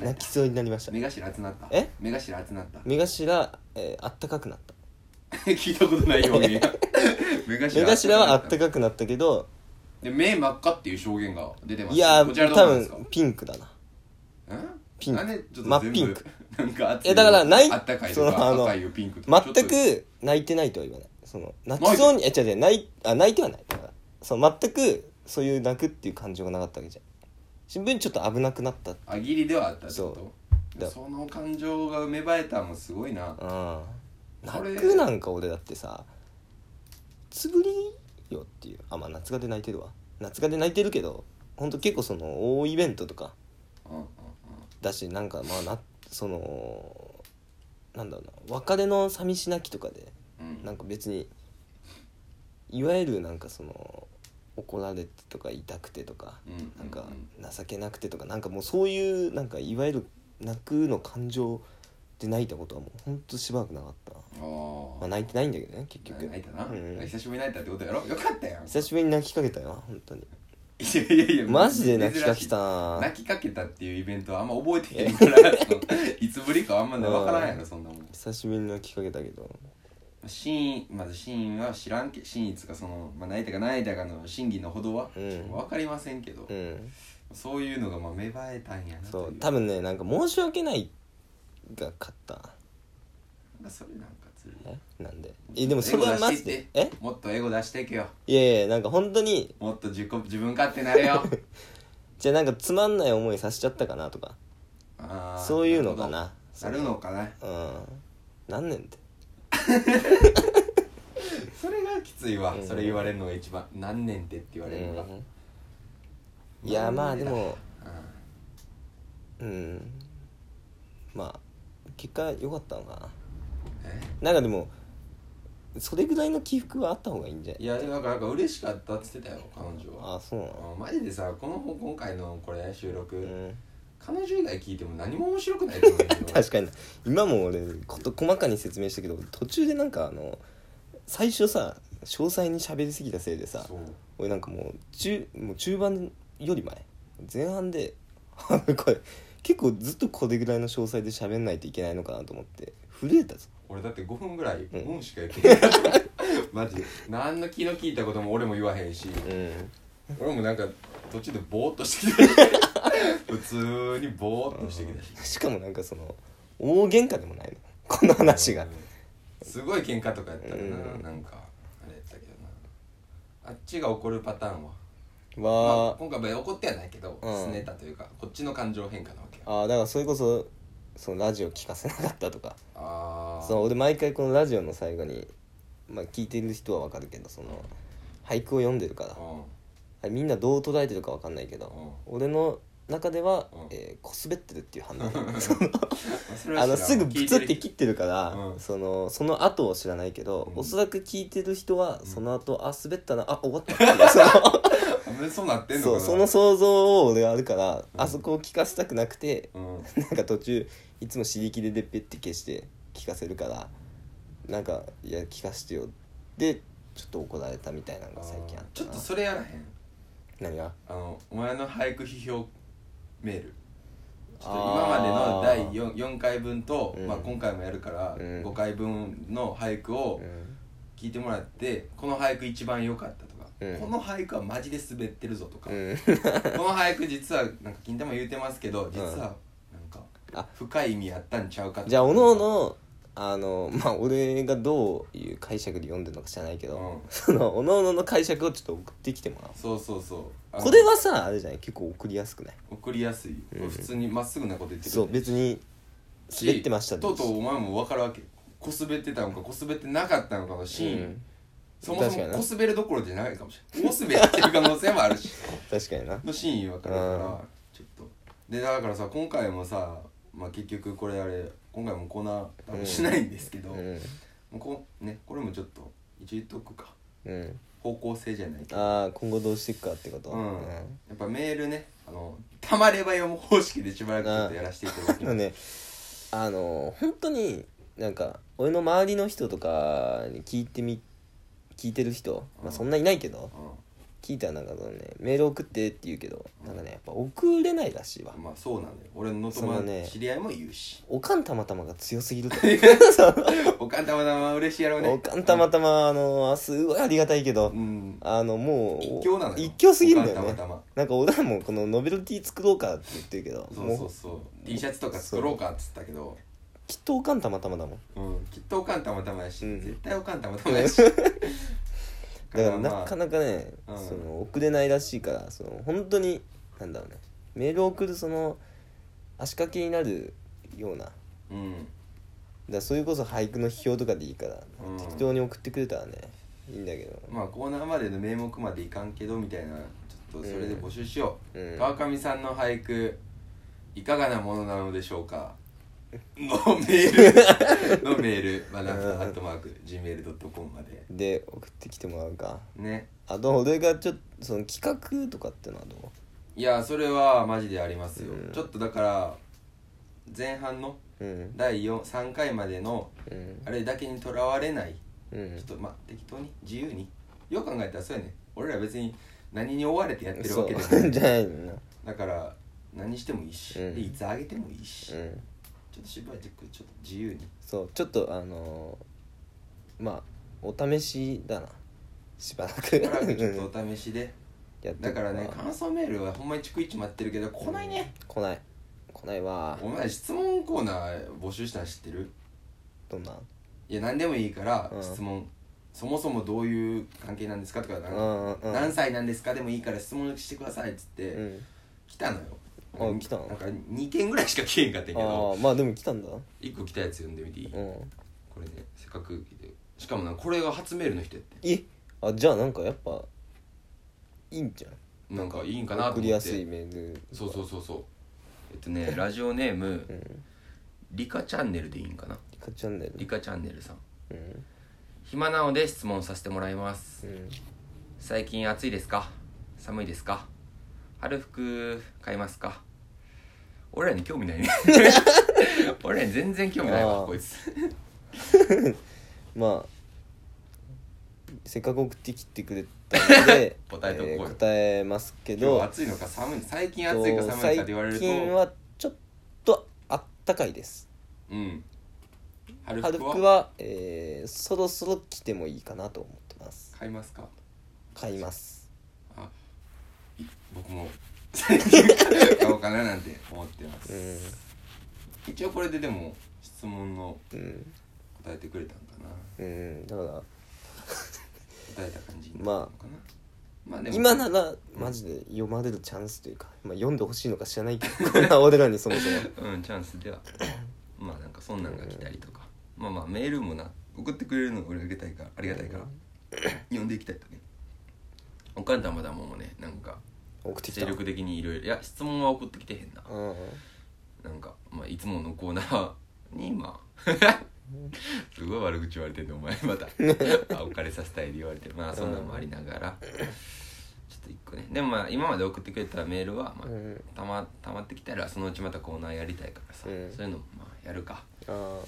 Speaker 1: 泣きそうになりました
Speaker 2: 目頭熱なった
Speaker 1: え
Speaker 2: 目頭熱なった
Speaker 1: 目頭、えーあったかくなった
Speaker 2: 聞いたことないように 目
Speaker 1: 目頭はあった
Speaker 2: か
Speaker 1: かくなったけど
Speaker 2: で目真っ赤っていう証言が出てます
Speaker 1: いや
Speaker 2: こちらど
Speaker 1: ー
Speaker 2: う
Speaker 1: 多
Speaker 2: なんですか
Speaker 1: 分ピンクだな
Speaker 2: うん
Speaker 1: ピンク
Speaker 2: なんでちょっ
Speaker 1: 真
Speaker 2: と全部
Speaker 1: っピンク
Speaker 2: なんか熱
Speaker 1: えだからない
Speaker 2: あったかい
Speaker 1: そ
Speaker 2: と
Speaker 1: のあ
Speaker 2: か
Speaker 1: の
Speaker 2: 赤いよピンクとか
Speaker 1: 全
Speaker 2: ちょっ
Speaker 1: く泣いてないとは言わないその泣きそうにえ違う違う泣いあ泣いてはないだからその全くそういう泣くっていう感情がなかったわけじゃん新聞にちょっと危なくなった
Speaker 2: とあぎりではあったって
Speaker 1: そ
Speaker 2: こと
Speaker 1: だ
Speaker 2: その感情が芽生えたのもすごいな
Speaker 1: うん
Speaker 2: これ
Speaker 1: 泣くなんか俺だってさつぶりよっていうあまあ夏がで泣いてるわ夏がで泣いてるけどほんと結構その大イベントとか
Speaker 2: うんうんうん
Speaker 1: だしなんかまあなそのなんだろうな別れの寂し泣きとかで
Speaker 2: うん
Speaker 1: なんか別にいわゆるなんかその怒られてとか痛くてとか
Speaker 2: うんうんうん
Speaker 1: なんか情けなくてとかなんかもうそういうなんかいわゆる泣くの感情で泣いたことはもうほんとしばらくなかったなま
Speaker 2: あ
Speaker 1: あ
Speaker 2: あ
Speaker 1: 泣いてないんだけどね結局
Speaker 2: 泣いたな
Speaker 1: うん
Speaker 2: 久しぶりに泣いたってことやろよかったやん
Speaker 1: 久しぶりに泣きかけたよな本当に
Speaker 2: いやいやいや
Speaker 1: マジで泣きかけ
Speaker 2: 珍しい
Speaker 1: たな
Speaker 2: 泣きかけたっていうイベントはあんま覚えてへんからそのいつぶりかあんまね
Speaker 1: うん
Speaker 2: わからんやろそんなもん
Speaker 1: 久しぶりに泣きかけたけど
Speaker 2: シーンまずシーンは知らんけシーンいつかその、まあ、泣いたか泣いたかの真偽のほどは、
Speaker 1: うん
Speaker 2: わかりませんけど、
Speaker 1: うん
Speaker 2: そういうのがまあ芽生えたんやな
Speaker 1: そ
Speaker 2: という
Speaker 1: 多分ねなんか申し訳ないが勝った
Speaker 2: なんかそれなんかつる
Speaker 1: えなんでえでもそれはマジでえ
Speaker 2: もっとエゴ出していけよ
Speaker 1: いやいやなんか本当に
Speaker 2: もっと自己自分勝手になれ よ
Speaker 1: じゃあなんかつまんない思いさせちゃったかなとか
Speaker 2: あー
Speaker 1: そういうのかな
Speaker 2: なるのかな
Speaker 1: うん何年って
Speaker 2: それがきついわ、
Speaker 1: うん
Speaker 2: それ言われるのが一番何年ってって言われるのが、うん
Speaker 1: うんいやまあでもうんまあ結果良かったのか
Speaker 2: え
Speaker 1: ななんかでもそれぐらいの起伏はあった方がいいんじゃない
Speaker 2: いやなんかなんか嬉しかったって言ってたよ彼女は
Speaker 1: あそうなの
Speaker 2: あマジでさこの今回のこれ収録、
Speaker 1: うん
Speaker 2: 彼女以外聞いても何も面白くないと思うけど
Speaker 1: 確かに今も俺こと細かに説明したけど途中でなんかあの最初さ詳細に喋りすぎたせいでさ
Speaker 2: そう
Speaker 1: 俺なんかもう中もう中盤より前前半で これ結構ずっとこれぐらいの詳細で喋んないといけないのかなと思って震えたぞ
Speaker 2: 俺だって5分ぐらい「
Speaker 1: ん
Speaker 2: うん」しか言ってない マジで何の気の利いたことも俺も言わへんし
Speaker 1: うん
Speaker 2: 俺もなんか途中でボーっとしてきた 普通にボーっとしてきたし
Speaker 1: しかもなんかその大喧嘩でもないのこの話が
Speaker 2: うんすごい喧嘩とかやったらな、
Speaker 1: うん
Speaker 2: なんかあれやったけどなあっちが怒るパターンはまあ
Speaker 1: は、
Speaker 2: 今回は怒ってはないけど
Speaker 1: うん
Speaker 2: 拗ねたというかこっちの感情変化なわけよ
Speaker 1: ああだからそれこそそのラジオ聞かせなかったとか
Speaker 2: あ
Speaker 1: そ
Speaker 2: あ
Speaker 1: の俺毎回このラジオの最後にまあ聞いてる人はわかるけどその俳句を読んでるから
Speaker 2: う
Speaker 1: あれみんなどう捉えてるかわかんないけど俺の中では
Speaker 2: うん、
Speaker 1: えー、こすべってるっていう反 応
Speaker 2: ん
Speaker 1: あのすぐプツって切
Speaker 2: っ
Speaker 1: ってるから、
Speaker 2: うん
Speaker 1: そのその後を知らないけど、
Speaker 2: うん
Speaker 1: おそらく聞いてる人は
Speaker 2: うん
Speaker 1: その後、あ滑ったなあ終わったっていうそ の
Speaker 2: そうなってんのか
Speaker 1: そ
Speaker 2: な
Speaker 1: うその想像を俺はあるから、
Speaker 2: ん
Speaker 1: あそこを聞かせたくなくて
Speaker 2: うん
Speaker 1: なんか途中いつも尻切れでペッて消して聞かせるからなんか「いや聞かせてよ」でちょっと怒られたみたいなのが最近あっ
Speaker 2: ちょ
Speaker 1: た
Speaker 2: っ
Speaker 1: な
Speaker 2: とそれやらへん
Speaker 1: 何が
Speaker 2: あのお前の俳句批評メールちょっと今までの
Speaker 1: あー
Speaker 2: 第 4, 4回分と、
Speaker 1: うん
Speaker 2: まあ、今回もやるから、
Speaker 1: うん
Speaker 2: 5回分の俳句を
Speaker 1: うん
Speaker 2: 聞いてもらって、この俳句一番良かったとか、
Speaker 1: うん
Speaker 2: この俳句はマジで滑ってるぞとか、
Speaker 1: う ん
Speaker 2: この俳句実はなんか金玉言うてますけど実はなんか
Speaker 1: あ
Speaker 2: 深い意味あったんちゃうかとか
Speaker 1: じゃあおのおのあのまあ俺がどういう解釈で読んでるのか知らないけど、
Speaker 2: うん
Speaker 1: そのおのおのの解釈をちょっと送ってきてもらお
Speaker 2: そうそうそうあ
Speaker 1: う
Speaker 2: の
Speaker 1: これはさあれじゃない結構送りやすくない
Speaker 2: 送りやすい、
Speaker 1: うん
Speaker 2: 普通にまっすぐなこと言ってくれ
Speaker 1: そう別に
Speaker 2: し
Speaker 1: 滑ってました
Speaker 2: とうとうお前も分かるわけこすべってたのかこすべってなかったのかのシーン、
Speaker 1: うん
Speaker 2: そもそ
Speaker 1: 確かに
Speaker 2: も
Speaker 1: な
Speaker 2: こすべるどころじゃないかもしれないこすべってる可能性もあるし
Speaker 1: 確かにな
Speaker 2: のシーン分かるか
Speaker 1: うん
Speaker 2: らちょっとでだからさ今回もさ、まあ、結局これあれ今回もコーナー多分しないんですけど、
Speaker 1: うん
Speaker 2: もうこうねこれもちょっと一応言っとくか
Speaker 1: うん
Speaker 2: 方向性じゃないけど
Speaker 1: ああ今後どうしていくかってこと
Speaker 2: うん、やっぱメールねあのたまれば読む方式でしばらくちょっとやらせていた だき
Speaker 1: あ
Speaker 2: ま
Speaker 1: の
Speaker 2: す
Speaker 1: ねあの本当になんか俺の周りの人とかに聞いてみ聞いてる人、まあ、そんないないけど聞いたらなんかそのねメール送ってって言うけどなんかねやっぱ送れないらしいわ
Speaker 2: うん、まあそうなんだよ俺の
Speaker 1: そ
Speaker 2: 友
Speaker 1: の
Speaker 2: 達、
Speaker 1: ね
Speaker 2: 知り合いも言うし
Speaker 1: おかんたまたまが強すぎ ると
Speaker 2: おかんたまたま嬉しいやろうね
Speaker 1: おかんたまたまあのすごいありがたいけど
Speaker 2: うん
Speaker 1: あのもう
Speaker 2: 一強なのよ
Speaker 1: 一強すぎるんだよ
Speaker 2: おか
Speaker 1: ね
Speaker 2: んたまたま
Speaker 1: なんか俺らもこのノベルティ作ろうかって言ってるけど
Speaker 2: そうそ
Speaker 1: も
Speaker 2: う
Speaker 1: う
Speaker 2: そう T シャツとか作ろうかっつったけど
Speaker 1: きっとおかんたまた まだもん
Speaker 2: うん、きっとおかんたまたまやし、
Speaker 1: うん
Speaker 2: 絶対おかんたまたまや し
Speaker 1: だからなか
Speaker 2: か
Speaker 1: なかね、
Speaker 2: うん
Speaker 1: その送れないらしいからその本当になんだろうねメールを送るその足掛けになるようなだか
Speaker 2: まあうん
Speaker 1: らそれこそ俳句の批評とかでいいから、
Speaker 2: うん
Speaker 1: 適当に送ってくれたらねいいんだけど
Speaker 2: まあコーナーまでの名目までいかんけどみたいなちょっとそれで募集しよう、
Speaker 1: うん
Speaker 2: 川上さんの俳句いかがなものなのでしょうかのメー ルのメールまあなんか
Speaker 1: うん
Speaker 2: アットマーク gmail.com まで
Speaker 1: で送ってきてもらうか
Speaker 2: ね
Speaker 1: あと俺がちょっとその企画とかってのはど
Speaker 2: いやそれはマジでありますよ、
Speaker 1: うん
Speaker 2: ちょっとだから前半の
Speaker 1: ううん
Speaker 2: 第4 3回までの
Speaker 1: うん
Speaker 2: あれだけにとらわれない
Speaker 1: うん
Speaker 2: ちょっとまあ適当に自由によく考えたらそうやね俺ら別に何に追われてやってるわ
Speaker 1: そ
Speaker 2: けでもな
Speaker 1: う
Speaker 2: い
Speaker 1: じゃないのな
Speaker 2: だから何してもいいし、
Speaker 1: うん
Speaker 2: でいつあげてもいいし、
Speaker 1: う
Speaker 2: ちょ
Speaker 1: ん
Speaker 2: っとしばらくちょっと自由に
Speaker 1: そうちょっとあのーまあお試しだなしばらく
Speaker 2: しばらくちょっ
Speaker 1: うん
Speaker 2: とお試し で
Speaker 1: やって
Speaker 2: だ
Speaker 1: く
Speaker 2: からね感想メールはほんまに逐一待ってるけど来ないね、
Speaker 1: 来ない来ないわ
Speaker 2: お前質問コーナー募集したの知ってる
Speaker 1: どんなん
Speaker 2: いや何でもいいから
Speaker 1: うん
Speaker 2: 質問、そもそもどういう関係なんですかとかなんか
Speaker 1: うんうんうん
Speaker 2: 何歳なんですかでもいいから質問してくださいっつって、
Speaker 1: うん
Speaker 2: 来たのよ
Speaker 1: あ来たの
Speaker 2: なんか2件ぐらいしか来えんかったけ
Speaker 1: あ
Speaker 2: ど
Speaker 1: あまあでも来たんだ
Speaker 2: 1個来たやつ読んでみていい、
Speaker 1: うん
Speaker 2: これねせっかく来てしかもなこれが初メールの人やって
Speaker 1: えあじゃあなんかやっぱいいんじゃん
Speaker 2: なんかいいんかなと思って
Speaker 1: 送りやすいメール
Speaker 2: そうそうそうそうえっとねラジオネーム
Speaker 1: うん
Speaker 2: リカチャンネルでいいんかな
Speaker 1: リカチャンネル
Speaker 2: リカチャンネルさん
Speaker 1: うん
Speaker 2: 暇なので質問させてもらいます
Speaker 1: うん
Speaker 2: 最近暑いですか寒いですか春服買いますか俺らに興味 ないね俺らに全然興味ない
Speaker 1: あ
Speaker 2: わ
Speaker 1: ー
Speaker 2: こいつ
Speaker 1: まあせっかく送ってきてくれた ので
Speaker 2: 答えとこうよ
Speaker 1: ー答えますけ
Speaker 2: 今日
Speaker 1: ど
Speaker 2: 暑いのか寒いの最近暑いか寒いかって言われると
Speaker 1: 最近はちょっとあったかいです
Speaker 2: うん春服は
Speaker 1: 春服は、えーそろそろ着てもいいかなと思ってます
Speaker 2: 買いますか
Speaker 1: 買います
Speaker 2: あい僕 も最近買おうかななんて思ってます、
Speaker 1: う
Speaker 2: 一応これででも質問の
Speaker 1: んうん
Speaker 2: 答えてくれたんかな
Speaker 1: うんだから
Speaker 2: 答えた感じに
Speaker 1: まあ
Speaker 2: なったのかなまあでも
Speaker 1: 今ならマジで読まれるチャンスというか、まあ、読んでほしいのか知らないけど こんな俺らにそもそも
Speaker 2: うんチャンスではまあなんかそんなんが来たりとか、まあまあメールもな送ってくれるの俺あげたいからありがたいから、読んでいきたいとねおかんたまだもんもねなんか
Speaker 1: 送ってきた
Speaker 2: 精力的にいろいろいや質問は送ってきてへんな
Speaker 1: うん
Speaker 2: なんか、まあ、いつものコーナー にまあ すごい悪口言われてんのお前 またあお金させたいで言われてるまあそんなんもありながらちょっと一個ねでもまあ今まで送ってくれたメールは、まあ
Speaker 1: うん
Speaker 2: たまたまってきたらそのうちまたコーナーやりたいからさ、
Speaker 1: うん
Speaker 2: そういうのもまあやるか
Speaker 1: あ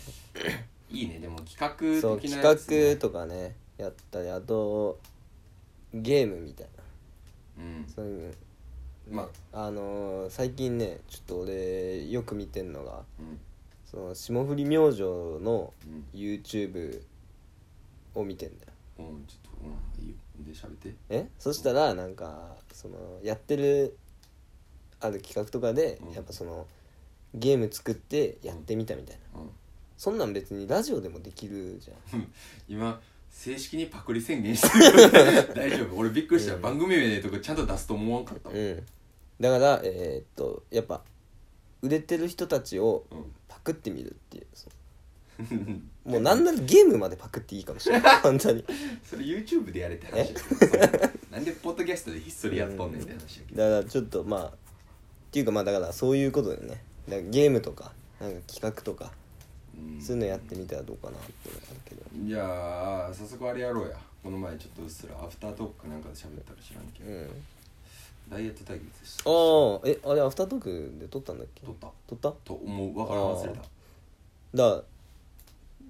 Speaker 2: いいねでも企画
Speaker 1: ーそう
Speaker 2: 的な
Speaker 1: 企
Speaker 2: やつ、ね、
Speaker 1: 画とかねやったりあとゲームみたいな
Speaker 2: うん
Speaker 1: そういう
Speaker 2: まあ、
Speaker 1: あのー最近ねちょっと俺よく見てんのが
Speaker 2: うん
Speaker 1: その霜降り明星の
Speaker 2: うん
Speaker 1: YouTube を見てんだよ
Speaker 2: うんちょっとうんいいよで喋って
Speaker 1: えそしたらなんかそのやってるある企画とかで、
Speaker 2: うん
Speaker 1: やっぱそのゲーム作ってやってみたみたいな、
Speaker 2: うん
Speaker 1: そんなん別にラジオでもできるじゃん
Speaker 2: 今正式にパクリ宣言してる 大丈夫俺びっくりした、番組名とかちゃんと出すと思わんかったもん、
Speaker 1: うんだからえーっとやっぱ売れてる人たちを
Speaker 2: うん
Speaker 1: パクってみるっていうそもうなんならゲームまでパクっていいかもしれない本当に
Speaker 2: それ YouTube でやれって話だけど なんでポッドキャストでひっそりやっとんねんって話だけど
Speaker 1: だからちょっとまあっていうかまあだからそういうことでねだからゲームとかなんか企画とか
Speaker 2: うん
Speaker 1: そういうのやってみたらどうかなっていうのがあるけど
Speaker 2: じゃあ早速あれやろうやこの前ちょっとうっすらアフタートークかなんかで喋ったら知らんけど
Speaker 1: うん
Speaker 2: ダイエット対決した
Speaker 1: ああえあれアフタートークで撮ったんだっけ
Speaker 2: 取った
Speaker 1: 撮った
Speaker 2: と思うわからん忘れた
Speaker 1: だから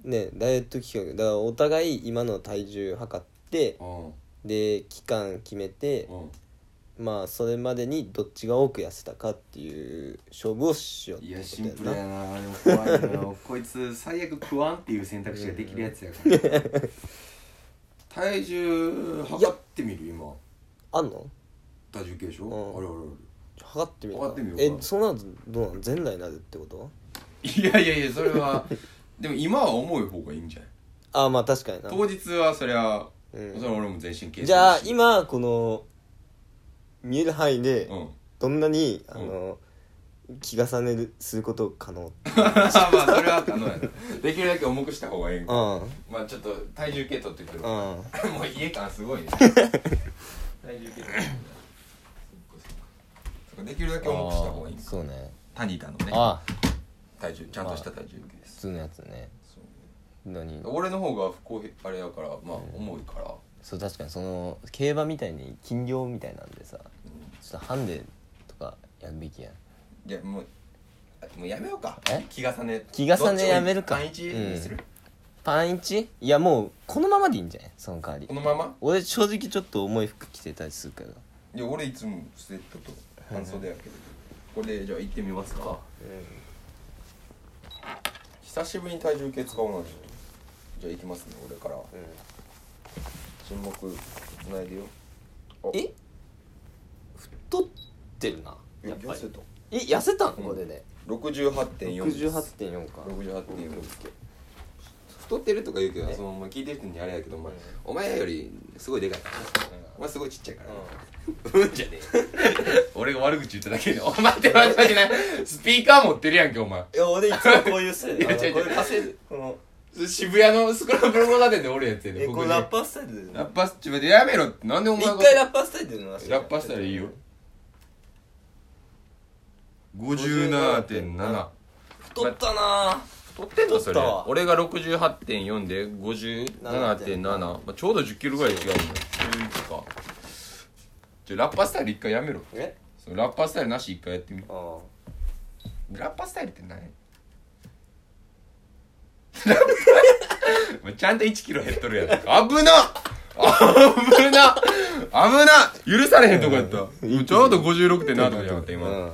Speaker 1: ねダイエット期間だからお互い今の体重測って
Speaker 2: うん
Speaker 1: で期間決めて
Speaker 2: うん
Speaker 1: まあそれまでにどっちが多く痩せたかっていう勝負をしようっ
Speaker 2: い
Speaker 1: て
Speaker 2: や
Speaker 1: こ
Speaker 2: シンプ
Speaker 1: と
Speaker 2: ル
Speaker 1: やな
Speaker 2: やなでも怖いな こいつ最悪食わんっていう選択肢ができるやつやから体重測ってみる今
Speaker 1: あんの
Speaker 2: 体重計でしょ、
Speaker 1: うん
Speaker 2: あれあれあれ
Speaker 1: 測ってみるか
Speaker 2: 測ってみようか
Speaker 1: えそうなるとどうなの全裸になるってこと
Speaker 2: いやいやいやそれはでも今は重い方がいいんじゃない
Speaker 1: ああまあ確かにな
Speaker 2: 当日はそりゃ、
Speaker 1: うん
Speaker 2: それは俺も全身計
Speaker 1: じゃあ
Speaker 2: するし
Speaker 1: 今この見える範囲で
Speaker 2: うん
Speaker 1: どんなにあの気重ねるすること可能
Speaker 2: まあそれは可能やなできるだけ重くした方がいいんか
Speaker 1: うんうん
Speaker 2: まあちょっと体重計取ってくるもう家感す ごいね体重計取ってくるそっかそっかそっかできるだけ重くした方がいいんか
Speaker 1: そうね
Speaker 2: タニタのね
Speaker 1: ああ
Speaker 2: 体重ちゃんとした体重計で
Speaker 1: 普
Speaker 2: す、
Speaker 1: 通のやつね
Speaker 2: そう
Speaker 1: 何
Speaker 2: 俺の方が不公平あれやからまあ重いから、
Speaker 1: そう確かにその競馬みたいに金量みたいなんでさちょっとハンデとかやるべきやん
Speaker 2: いやもうあもうやめようか
Speaker 1: え
Speaker 2: 気重ね
Speaker 1: 気重ねやめるか
Speaker 2: どっちも一貫一にする、
Speaker 1: パンイチいやもうこのままでいいんじゃないその代わり
Speaker 2: このまま
Speaker 1: 俺正直ちょっと重い服着てたりするから
Speaker 2: いや俺いつもスウェットと半袖やけどこれでじゃあ行ってみますか久しぶりに体重計使うのにじゃあ行きますね俺から沈黙つないでよあ
Speaker 1: え太ってるな
Speaker 2: え
Speaker 1: やっぱ
Speaker 2: 痩せ
Speaker 1: り
Speaker 2: た
Speaker 1: え痩せたん
Speaker 2: うん
Speaker 1: これで
Speaker 2: 68.4です
Speaker 1: 68.4か
Speaker 2: 68.4太ってるとか言うけど
Speaker 1: え
Speaker 2: そのお前聞いてる人にあれやけどお前
Speaker 1: うん
Speaker 2: お前よりすごいでかいからお前すごいちっちゃいからうんじゃねえ俺が悪口言っただけでお前って待って待ってないスピーカー持ってるやんけお前
Speaker 1: いや俺いつもこういうスタイ
Speaker 2: いや違う違う
Speaker 1: あのこういう稼いこの
Speaker 2: 渋谷のスクランブル交差点で俺やってんね
Speaker 1: え
Speaker 2: ん
Speaker 1: このラッパースタイルで
Speaker 2: ラッパスチュでやめろってなんでお前
Speaker 1: 一回ラッパースタイルでの
Speaker 2: ラッパしたらいいよ57.7
Speaker 1: 太ったな
Speaker 2: 取ってんのそれ
Speaker 1: 取ったわ
Speaker 2: 俺が68.4で57.7、まあ、ちょうど1 0キロぐらい違うんだよそういうことかじゃラッパスタイル一回やめろ
Speaker 1: え
Speaker 2: そのラッパスタイルなし一回やってみ
Speaker 1: ああ
Speaker 2: ラッパスタイルって何お前ちゃんと1キロ減っとるやん危な危な危な許されへんとこや ったちょうど56.7とかじゃなかった今、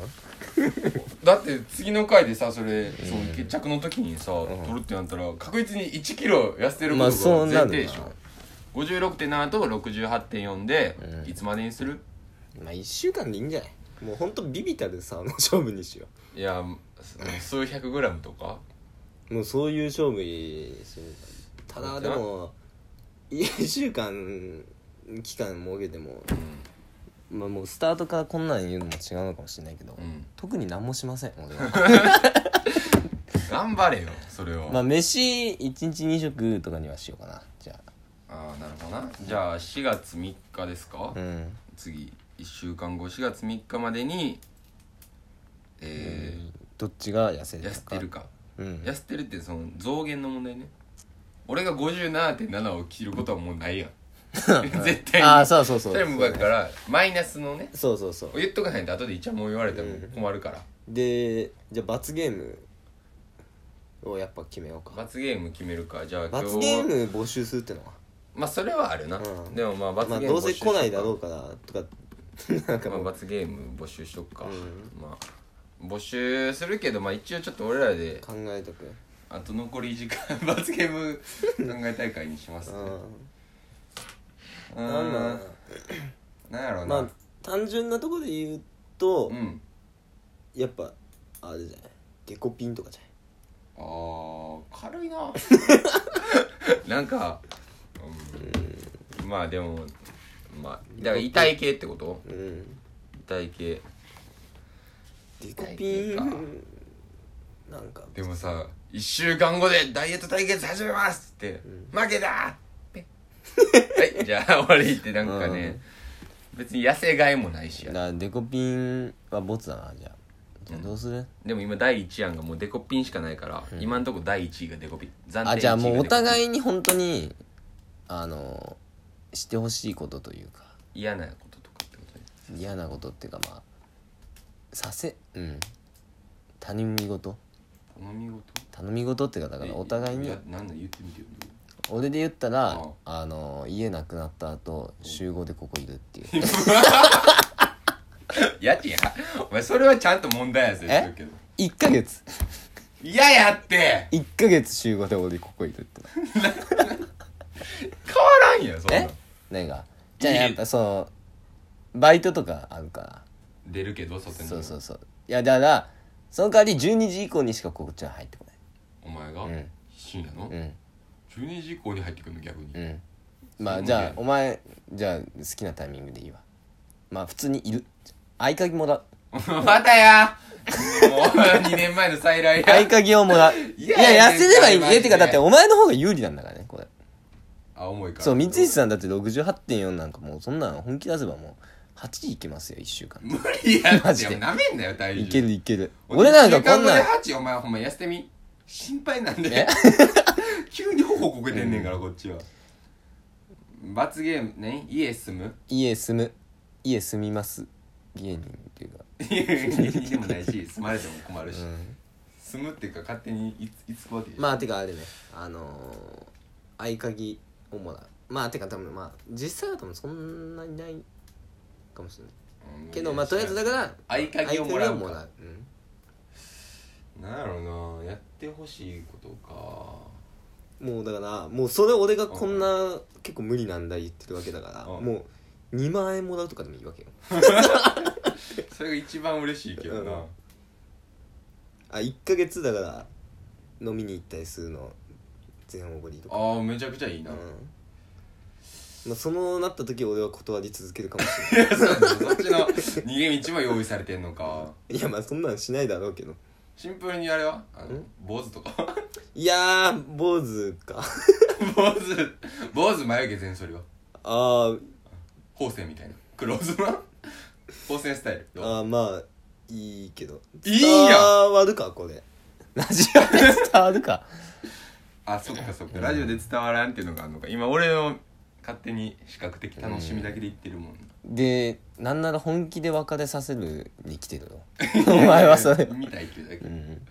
Speaker 2: だって次の回でさそれ、その決着の時にさ、取るってなったら確実に1キロ痩せてるこ
Speaker 1: まあ
Speaker 2: と
Speaker 1: そ
Speaker 2: が
Speaker 1: う
Speaker 2: 前
Speaker 1: なるな
Speaker 2: 提でしょ、56.7と68.4で、いつまでにする
Speaker 1: まあ1週間でいいんじゃないもうほんとビビたるさの勝負にしよ
Speaker 2: いやそ数百グラムとか
Speaker 1: うもうそういう勝負にするただでも1週間期間設けても
Speaker 2: う
Speaker 1: まあもうスタートからこんなん言うのも違うのかもしれないけど、
Speaker 2: ん、うん、
Speaker 1: 特に何もしません俺は
Speaker 2: 頑張れよそれは、
Speaker 1: まあ飯1日2食とかにはしようかなじゃ
Speaker 2: ああなるほどなじゃあ4月3日ですか、
Speaker 1: あうん
Speaker 2: 次1週間後4月3日までにえ
Speaker 1: どっちが痩せ
Speaker 2: ー
Speaker 1: るか
Speaker 2: 痩せてるか
Speaker 1: うん
Speaker 2: 痩せてるってその増減の問題ね俺が57.7を切ることはもうないやん 絶対に
Speaker 1: ああそうそうそう
Speaker 2: それもだからマイナスのね
Speaker 1: そうそうそう
Speaker 2: 言っとかないと後でいちゃもん言われても困るから、
Speaker 1: でじゃあ罰ゲームをやっぱ決めようか
Speaker 2: 罰ゲーム決めるかじゃあ今日
Speaker 1: 罰ゲー
Speaker 2: は
Speaker 1: ム募集するってのは
Speaker 2: まあそれはあるな、
Speaker 1: うん
Speaker 2: でもまあ罰
Speaker 1: ま
Speaker 2: ゲ
Speaker 1: あ
Speaker 2: ーム
Speaker 1: どうせ来ないだろ
Speaker 2: う
Speaker 1: うからとかなんか
Speaker 2: まあ
Speaker 1: もう、
Speaker 2: 罰ゲーム募集しとくか、
Speaker 1: うん
Speaker 2: まあ募集するけどまあ一応ちょっと俺らで
Speaker 1: 考えとく
Speaker 2: あと残り時間 罰ゲーム考え大会にします、
Speaker 1: う
Speaker 2: ね、
Speaker 1: ん
Speaker 2: うん
Speaker 1: なんなん
Speaker 2: なんやろうな、
Speaker 1: まあ単純なとこで言うと、
Speaker 2: うん
Speaker 1: やっぱあれじゃないデコピンとかじ
Speaker 2: あー軽いな なんか、うんまあでもまあだから痛い系ってこと
Speaker 1: ゃないうん
Speaker 2: 痛い系
Speaker 1: デコピ
Speaker 2: デコピン
Speaker 1: ンなんか
Speaker 2: でもさ「1週間後でダイエット対決始めます!」って「負けた!」ペッ はいじゃあ終わりってなんかね、別に痩せがいもないし
Speaker 1: だ
Speaker 2: や
Speaker 1: からデコピンはボツだなじゃあじゃあどうする、
Speaker 2: でも今第1案がもうデコピンしかないから、今んとこ第1位がデコピン暫
Speaker 1: あじゃあもうお
Speaker 2: い
Speaker 1: 互いに本当にあのしてほしいことというか
Speaker 2: 嫌なこととかってことね
Speaker 1: 嫌なことっていうかまあさせうん頼み事
Speaker 2: 頼み事
Speaker 1: 頼み事っていうかだからお互いに
Speaker 2: やなんだ言ってみてよ
Speaker 1: 俺で言ったら
Speaker 2: うん
Speaker 1: あの家なくなった後集合でここいるっていう
Speaker 2: 家賃やお前それはちゃんと問題やせ
Speaker 1: え
Speaker 2: するけど
Speaker 1: 1ヶ月
Speaker 2: 嫌やって
Speaker 1: 1ヶ月集合で俺ここいるって
Speaker 2: 変わらんやそんな
Speaker 1: え
Speaker 2: ん
Speaker 1: 何がじゃあやっぱそのバイトとかあるから
Speaker 2: 出るけど外に
Speaker 1: そうそうそういやだからその代わり12時以降にしかこっちは入ってこ
Speaker 2: お前が
Speaker 1: うん
Speaker 2: 深夜の
Speaker 1: ないうん
Speaker 2: 12時以降に入ってくるの逆に
Speaker 1: うんま
Speaker 2: そ
Speaker 1: あ
Speaker 2: う
Speaker 1: じゃ
Speaker 2: ね
Speaker 1: あお前じゃあ好きなタイミングでいいわまあ普通にいる合鍵もらう
Speaker 2: またやもう2年前の再来
Speaker 1: 合
Speaker 2: や
Speaker 1: 鍵をもらう
Speaker 2: い
Speaker 1: い
Speaker 2: や
Speaker 1: や痩せればいい
Speaker 2: いや
Speaker 1: ねってかだってお前の方が有利なんだからねこれ
Speaker 2: あ重いから
Speaker 1: そう三石さんだって68.4なんかもうそんなん本気出せばもう8時いけますよ1週間
Speaker 2: 無理や
Speaker 1: マ
Speaker 2: って
Speaker 1: ジで
Speaker 2: なめんなよ体重
Speaker 1: いけるいける俺なんかこんなん
Speaker 2: 8お前ほんま痩せてみ心配なんで
Speaker 1: え
Speaker 2: 急に頬こけてんねんからこっちは罰ゲーム ね家住む
Speaker 1: 家住む家住みます芸人っていうか
Speaker 2: 家にでもないし住まれても困るし、
Speaker 1: ん
Speaker 2: 住むっていうか勝手にいついつくわけでしょ
Speaker 1: まあてかあれねあのー合鍵をもらうまあてか多分まあ実際は多分そんなにないかもしれない
Speaker 2: うん
Speaker 1: けどまあとりあえずだから
Speaker 2: 合鍵をもらう
Speaker 1: 合
Speaker 2: か
Speaker 1: 鍵をもらう、うん、
Speaker 2: なんやろうなやってほしいことか
Speaker 1: もうだからもうそれ俺がこんな結構無理なんだ言ってるわけだから
Speaker 2: うん
Speaker 1: もう2万円もらうとかでもいいわけよ
Speaker 2: それが一番嬉しいけどな、
Speaker 1: うんあ1ヶ月だから飲みに行ったりするの全おごりとか
Speaker 2: ああめちゃくちゃいいな、
Speaker 1: うん
Speaker 2: い
Speaker 1: まあ、そのなった時俺は断り続けるかもしれ
Speaker 2: やそうだね そっちの逃げ道も用意されてんのか
Speaker 1: ないいやまあそんなんしないだろうけど
Speaker 2: シンプルにあれはあの
Speaker 1: ん
Speaker 2: 坊主とか
Speaker 1: いやー坊主か
Speaker 2: 坊主坊主眉毛全剃りは
Speaker 1: あー
Speaker 2: 方正みたいなクローズマン方正スタイルどう
Speaker 1: あーまあいいけど
Speaker 2: いいやん
Speaker 1: 伝わるかこれラジオ で伝わるか
Speaker 2: あそっかそっかラジオで伝わらんっていうのがあるのか今俺の勝手に視覚的楽しみだけで言ってるもん
Speaker 1: でなんなら本気で別れさせるに来てるよ お前はそれ
Speaker 2: 見たいっていうだけ
Speaker 1: うん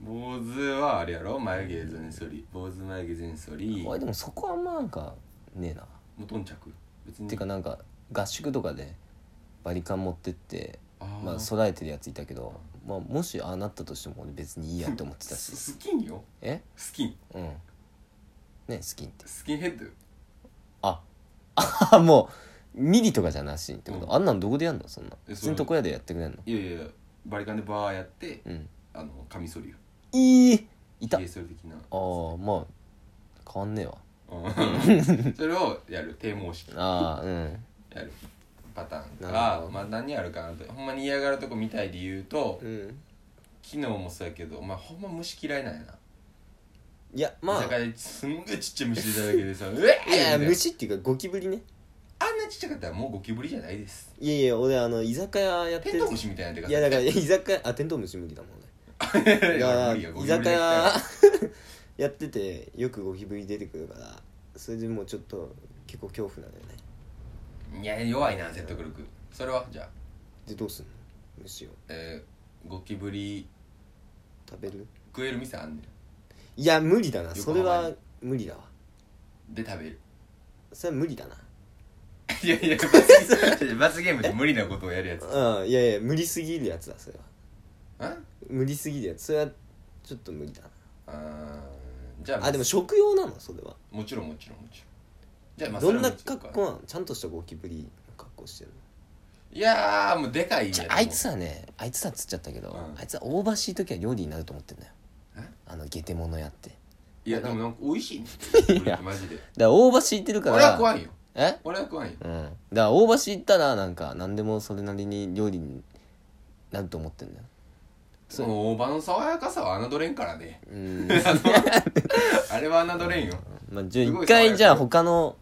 Speaker 2: 坊主はあれやろ眉毛全剃り坊主眉毛全剃り
Speaker 1: おいでもそこはあんまなんかねえな
Speaker 2: 無頓着別に
Speaker 1: てかなんか合宿とかでバリカン持ってって
Speaker 2: あー
Speaker 1: まあ備えてるやついたけど、まあ、もしああなったとしても俺別にいいやって思って たし
Speaker 2: ススキンよ
Speaker 1: え
Speaker 2: スキン
Speaker 1: うんねスキンって
Speaker 2: スキンヘッドよ
Speaker 1: ああもうミリとかじゃなしってこと、
Speaker 2: うん
Speaker 1: あんなんどこでやんのそんな
Speaker 2: え
Speaker 1: 普
Speaker 2: そう
Speaker 1: 通に床屋でやってくれんの
Speaker 2: いやいやいやバリカンでバーやって、
Speaker 1: うん
Speaker 2: あのカミソリよ
Speaker 1: いいいたあ
Speaker 2: 髭剃り的な
Speaker 1: あーまあ変わんねえわ
Speaker 2: うん それをやる低毛式
Speaker 1: ああうん
Speaker 2: やるパターン
Speaker 1: なる
Speaker 2: が
Speaker 1: ほど
Speaker 2: まあ何あるかなとほんまに嫌がるとこ見たい理由と、
Speaker 1: うん
Speaker 2: 機能もそうやけどまあほんま虫嫌いなんやな、
Speaker 1: いやま
Speaker 2: だか
Speaker 1: あ
Speaker 2: らすんごいちっちゃい虫出ただけでさうえっ
Speaker 1: いや虫っていうかゴキブリね
Speaker 2: あんなちっちゃかったらもうゴキブリじゃないです
Speaker 1: いやいや俺あの居酒屋やっ
Speaker 2: テ
Speaker 1: て
Speaker 2: ン
Speaker 1: る
Speaker 2: トウムシみたいなでか
Speaker 1: いやだから居酒屋あテントウムシ無理だもんね
Speaker 2: ら
Speaker 1: いや居酒屋 やっててよくゴキブリ出てくるからそれでもうちょっと結構恐怖なんだよね
Speaker 2: いや弱いな説得力それはじゃあ、
Speaker 1: でどうすんの虫を
Speaker 2: えーゴキブリ
Speaker 1: 食べる
Speaker 2: 食える店あんね
Speaker 1: いや無理だな
Speaker 2: 横
Speaker 1: そ
Speaker 2: 浜
Speaker 1: れ
Speaker 2: に
Speaker 1: は無理だわ
Speaker 2: んで食べる
Speaker 1: それは無理だない
Speaker 2: やいや罰ゲ罰ゲームって無理なことをやるやつ
Speaker 1: うんいやいや無理すぎるやつだそれは
Speaker 2: あ
Speaker 1: 無理すぎるやつそれはちょっと無理だな
Speaker 2: あーじゃあ
Speaker 1: あでも食用なのそれは
Speaker 2: もちろんもちろんもちろんじゃあまあ
Speaker 1: ど
Speaker 2: それ
Speaker 1: ん
Speaker 2: はも
Speaker 1: な
Speaker 2: ちろん
Speaker 1: 格好なのちゃんとしたゴキブリの格好してるの
Speaker 2: いやーもうでかいやつ
Speaker 1: あいつはねあいつはっつっちゃったけど、
Speaker 2: うん
Speaker 1: あいつは大しい時は料理になると思ってんだよ
Speaker 2: え
Speaker 1: あのゲテモノやってだか
Speaker 2: いやでもなんか美味しいね
Speaker 1: いや
Speaker 2: マジで
Speaker 1: ら大橋行ってるから
Speaker 2: 俺は怖いよ
Speaker 1: え
Speaker 2: 俺は怖いよ
Speaker 1: うんだから大橋行ったらなんか何でもそれなりに料理になると思ってんだよそう
Speaker 2: 大葉の爽やかさは侮れんから ね
Speaker 1: うん
Speaker 2: あれは侮れんよ
Speaker 1: まあじゃあ
Speaker 2: すご
Speaker 1: 一
Speaker 2: い爽やか
Speaker 1: 回じゃあ他の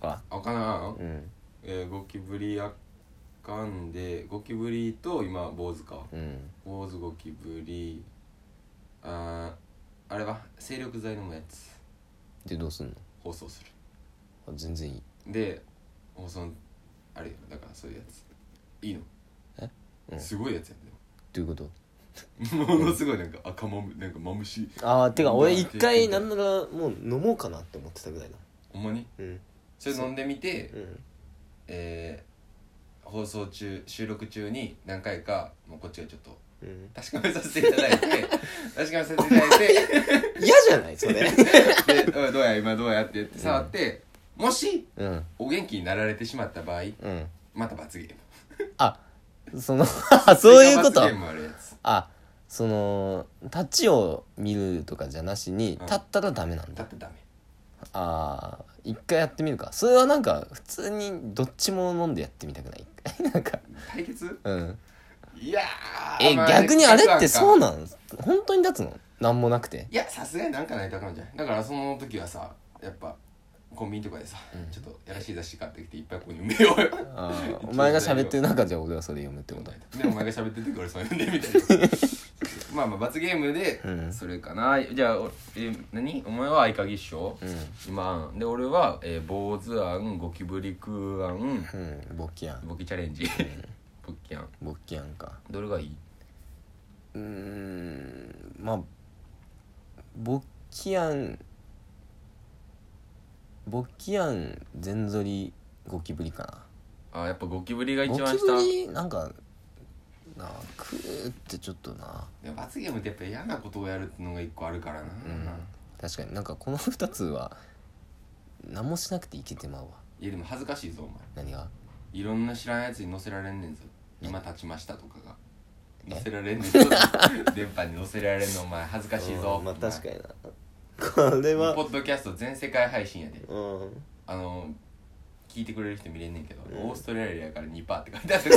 Speaker 1: は
Speaker 2: あかな
Speaker 1: うん
Speaker 2: えーゴキブリあかんでゴキブリと今坊主か
Speaker 1: うん
Speaker 2: 坊主ゴキブリあーあれは精力剤飲むやつ
Speaker 1: でどうすんの
Speaker 2: 放送する
Speaker 1: あ全然いい
Speaker 2: で放送あれよだからそういうやついいの
Speaker 1: えうん
Speaker 2: すごいやつやん
Speaker 1: どういうこと
Speaker 2: でもものすごいなんか赤まむなんかまむし
Speaker 1: ああてか俺
Speaker 2: まあ
Speaker 1: 一回なんならもう飲もうかなって思ってたぐらいだ
Speaker 2: ほんまに
Speaker 1: うん
Speaker 2: それ飲んでみて
Speaker 1: うん
Speaker 2: えー放送中収録中に何回かもうこっちがちょっと
Speaker 1: うん
Speaker 2: 確かめさせていただいて確かめさせていただいて
Speaker 1: 嫌じゃないそれ
Speaker 2: で「おいどうや今どうや」って言って触って、もし
Speaker 1: うん
Speaker 2: お元気になられてしまった場合
Speaker 1: うん
Speaker 2: また罰ゲーム
Speaker 1: あその あそういうこ
Speaker 2: 追加
Speaker 1: と
Speaker 2: 罰ゲームあるやつ
Speaker 1: あその立ちを見るとかじゃなしに
Speaker 2: うん
Speaker 1: 立ったらダメなん
Speaker 2: だ
Speaker 1: だ、
Speaker 2: ってダメ
Speaker 1: ああ一回やってみるかそれはなんか普通にどっちも飲んでやってみたくない なんか
Speaker 2: 対決
Speaker 1: うん
Speaker 2: いやー
Speaker 1: え、
Speaker 2: まあ
Speaker 1: 逆にあれってそう
Speaker 2: なんか
Speaker 1: なん本当に立つのなんもなくて
Speaker 2: いやさすがになんかないとあかんじゃんだからその時はさやっぱコンビニとかでさ、ちょっとやらしい雑誌買ってきていっぱいここに埋めようよ
Speaker 1: あーお前が喋ってる中じゃ俺はそれ読むってことだ
Speaker 2: でお前が喋っててこれそう呼んでみたいな まあまあ罰ゲームで
Speaker 1: うん
Speaker 2: それかな、じゃあおえ何お前は合鍵っしょ、今あんで俺は、えー、坊主あんゴキブリクあん
Speaker 1: うんボキャン
Speaker 2: ボキチャレン ジボキあん
Speaker 1: ボキャンか
Speaker 2: どれがいいう
Speaker 1: ーんまあボキャンボキャン全ぞりゴキブリか
Speaker 2: あやっぱゴキブリが
Speaker 1: な
Speaker 2: 一
Speaker 1: ゴ
Speaker 2: 番
Speaker 1: キ
Speaker 2: 下
Speaker 1: ブリなんかなあクーってちょっとな
Speaker 2: でも罰ゲームってやっぱ嫌なことをやるってのが一個あるからな、
Speaker 1: うん確かになんかこの2つは何もしなくていけてまうわ
Speaker 2: いやでも恥ずかしいぞお前
Speaker 1: 何が
Speaker 2: いろんな知らんやつに載せられんねんぞ今立ちましたとかが載せられん ねんぞ電波に載せられんのお前恥ずかしいぞ
Speaker 1: うんまあ
Speaker 2: お前
Speaker 1: 確かになこれ
Speaker 2: ポ
Speaker 1: は
Speaker 2: ッドキャスト全世界配信やで
Speaker 1: うん
Speaker 2: あの聞いてくれる人見れんねんけど、
Speaker 1: うん
Speaker 2: オーストラリアから2%って書いてある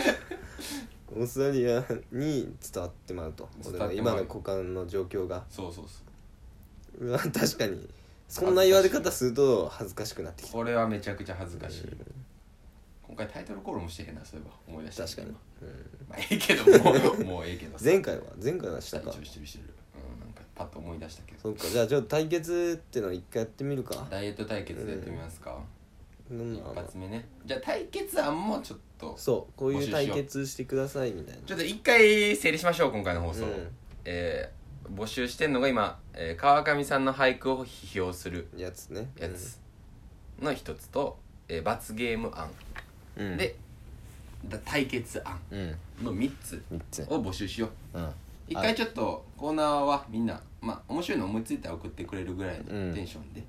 Speaker 1: オーストラリアに伝わってまうと
Speaker 2: 伝
Speaker 1: 俺
Speaker 2: わ
Speaker 1: の
Speaker 2: ってま
Speaker 1: 今
Speaker 2: う
Speaker 1: の股間の状況が
Speaker 2: そうそうそう
Speaker 1: うわ確かにそんな言われ方すると恥ずかしくなってきた
Speaker 2: これはめちゃくちゃ恥ずかしい、今回タイトルコールもしてへんなそういえば思い出した
Speaker 1: 確かに、
Speaker 2: 今
Speaker 1: うん
Speaker 2: まあええけども うもうええけど
Speaker 1: 前回は前回はした
Speaker 2: 一
Speaker 1: か
Speaker 2: 応してるしてるうんなんかパッと思い出したけど
Speaker 1: そうかじゃあちょっと対決っていうのを一回やってみるか
Speaker 2: ダイエット対決でやってみますか、
Speaker 1: うん
Speaker 2: 一発目ねじゃあ対決案もちょっと
Speaker 1: そうこう
Speaker 2: 募集
Speaker 1: いう
Speaker 2: し
Speaker 1: 対
Speaker 2: よう
Speaker 1: 決してくださいみたいな
Speaker 2: ちょっと一回整理しましょう今回の放送、
Speaker 1: うん
Speaker 2: えー募集してんのが今、えー川上さんの俳句を批評する
Speaker 1: やつね
Speaker 2: やつの一つと、えー罰ゲーム案、
Speaker 1: うんうん
Speaker 2: でだ対決案
Speaker 1: うん
Speaker 2: の3つ
Speaker 1: 3つ
Speaker 2: を募集しよう
Speaker 1: うん
Speaker 2: 一回ちょっとコーナーはみんなまあ面白いの思いついたら送ってくれるぐらいの
Speaker 1: うん
Speaker 2: テンションで、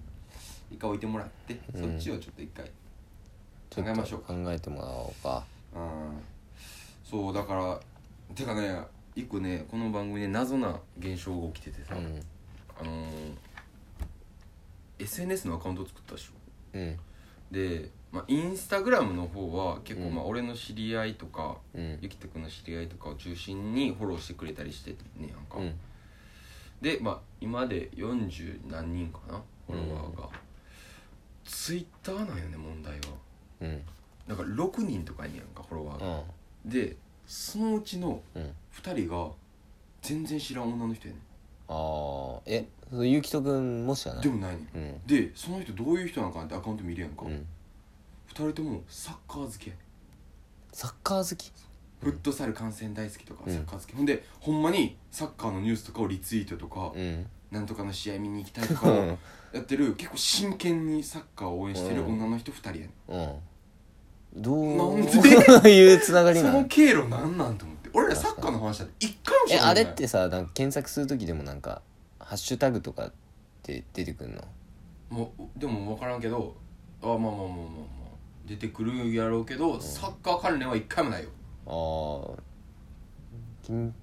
Speaker 2: 一回置いてもらって、
Speaker 1: うん
Speaker 2: そっちをちょっと一回
Speaker 1: ちょ
Speaker 2: 考え
Speaker 1: っ
Speaker 2: ましょ
Speaker 1: と
Speaker 2: うか
Speaker 1: 考えてもらおうか
Speaker 2: うんそうだからてかね一個ねこの番組で謎な現象が起きててさ、
Speaker 1: うん
Speaker 2: あのー SNS のアカウント作ったでしょ
Speaker 1: うん
Speaker 2: で、まあ、インスタグラムの方は結構
Speaker 1: うん
Speaker 2: まあ俺の知り合いとか、
Speaker 1: うん
Speaker 2: ゆきたくんの知り合いとかを中心にフォローしてくれたりしてんねやんか、
Speaker 1: うん
Speaker 2: でまあ今で40何人かなフォロワーが、ツイッターなんよね問題は
Speaker 1: うん
Speaker 2: だから6人とかにやんかフォロワー
Speaker 1: う
Speaker 2: が、
Speaker 1: ん
Speaker 2: でそのうちの
Speaker 1: うん
Speaker 2: 2人が全然知らん女の人やね
Speaker 1: ああえそれゆきとくんもしかなんい
Speaker 2: でもないねん
Speaker 1: うん
Speaker 2: でその人どういう人なのかなってアカウント見るやんか、
Speaker 1: う
Speaker 2: 二
Speaker 1: ん
Speaker 2: 2人ともサッカー好きやねん
Speaker 1: サッカー好き
Speaker 2: フットサル観戦大好きとか
Speaker 1: うん
Speaker 2: サッカー好き、ほんでほんまにサッカーのニュースとかをリツイートとか、
Speaker 1: うん
Speaker 2: なんとかの試合見に行きたいと
Speaker 1: う
Speaker 2: か
Speaker 1: ん
Speaker 2: やってる結構真剣にサッカーを応援してる女の人2人やねん
Speaker 1: うんどう
Speaker 2: なん
Speaker 1: いうつながり
Speaker 2: そ
Speaker 1: な
Speaker 2: の
Speaker 1: の
Speaker 2: 経路なんなんと思って俺らサッカーの話だって一回もし
Speaker 1: え
Speaker 2: たことな
Speaker 1: あれ
Speaker 2: い
Speaker 1: ってさなんか検索する時でもなんかハッシュタグとかって出てくるの
Speaker 2: もうでも分からんけどあまあまあまあまあまあ出てくるやろうけど、サッカー関連は一回もないよ
Speaker 1: ああ金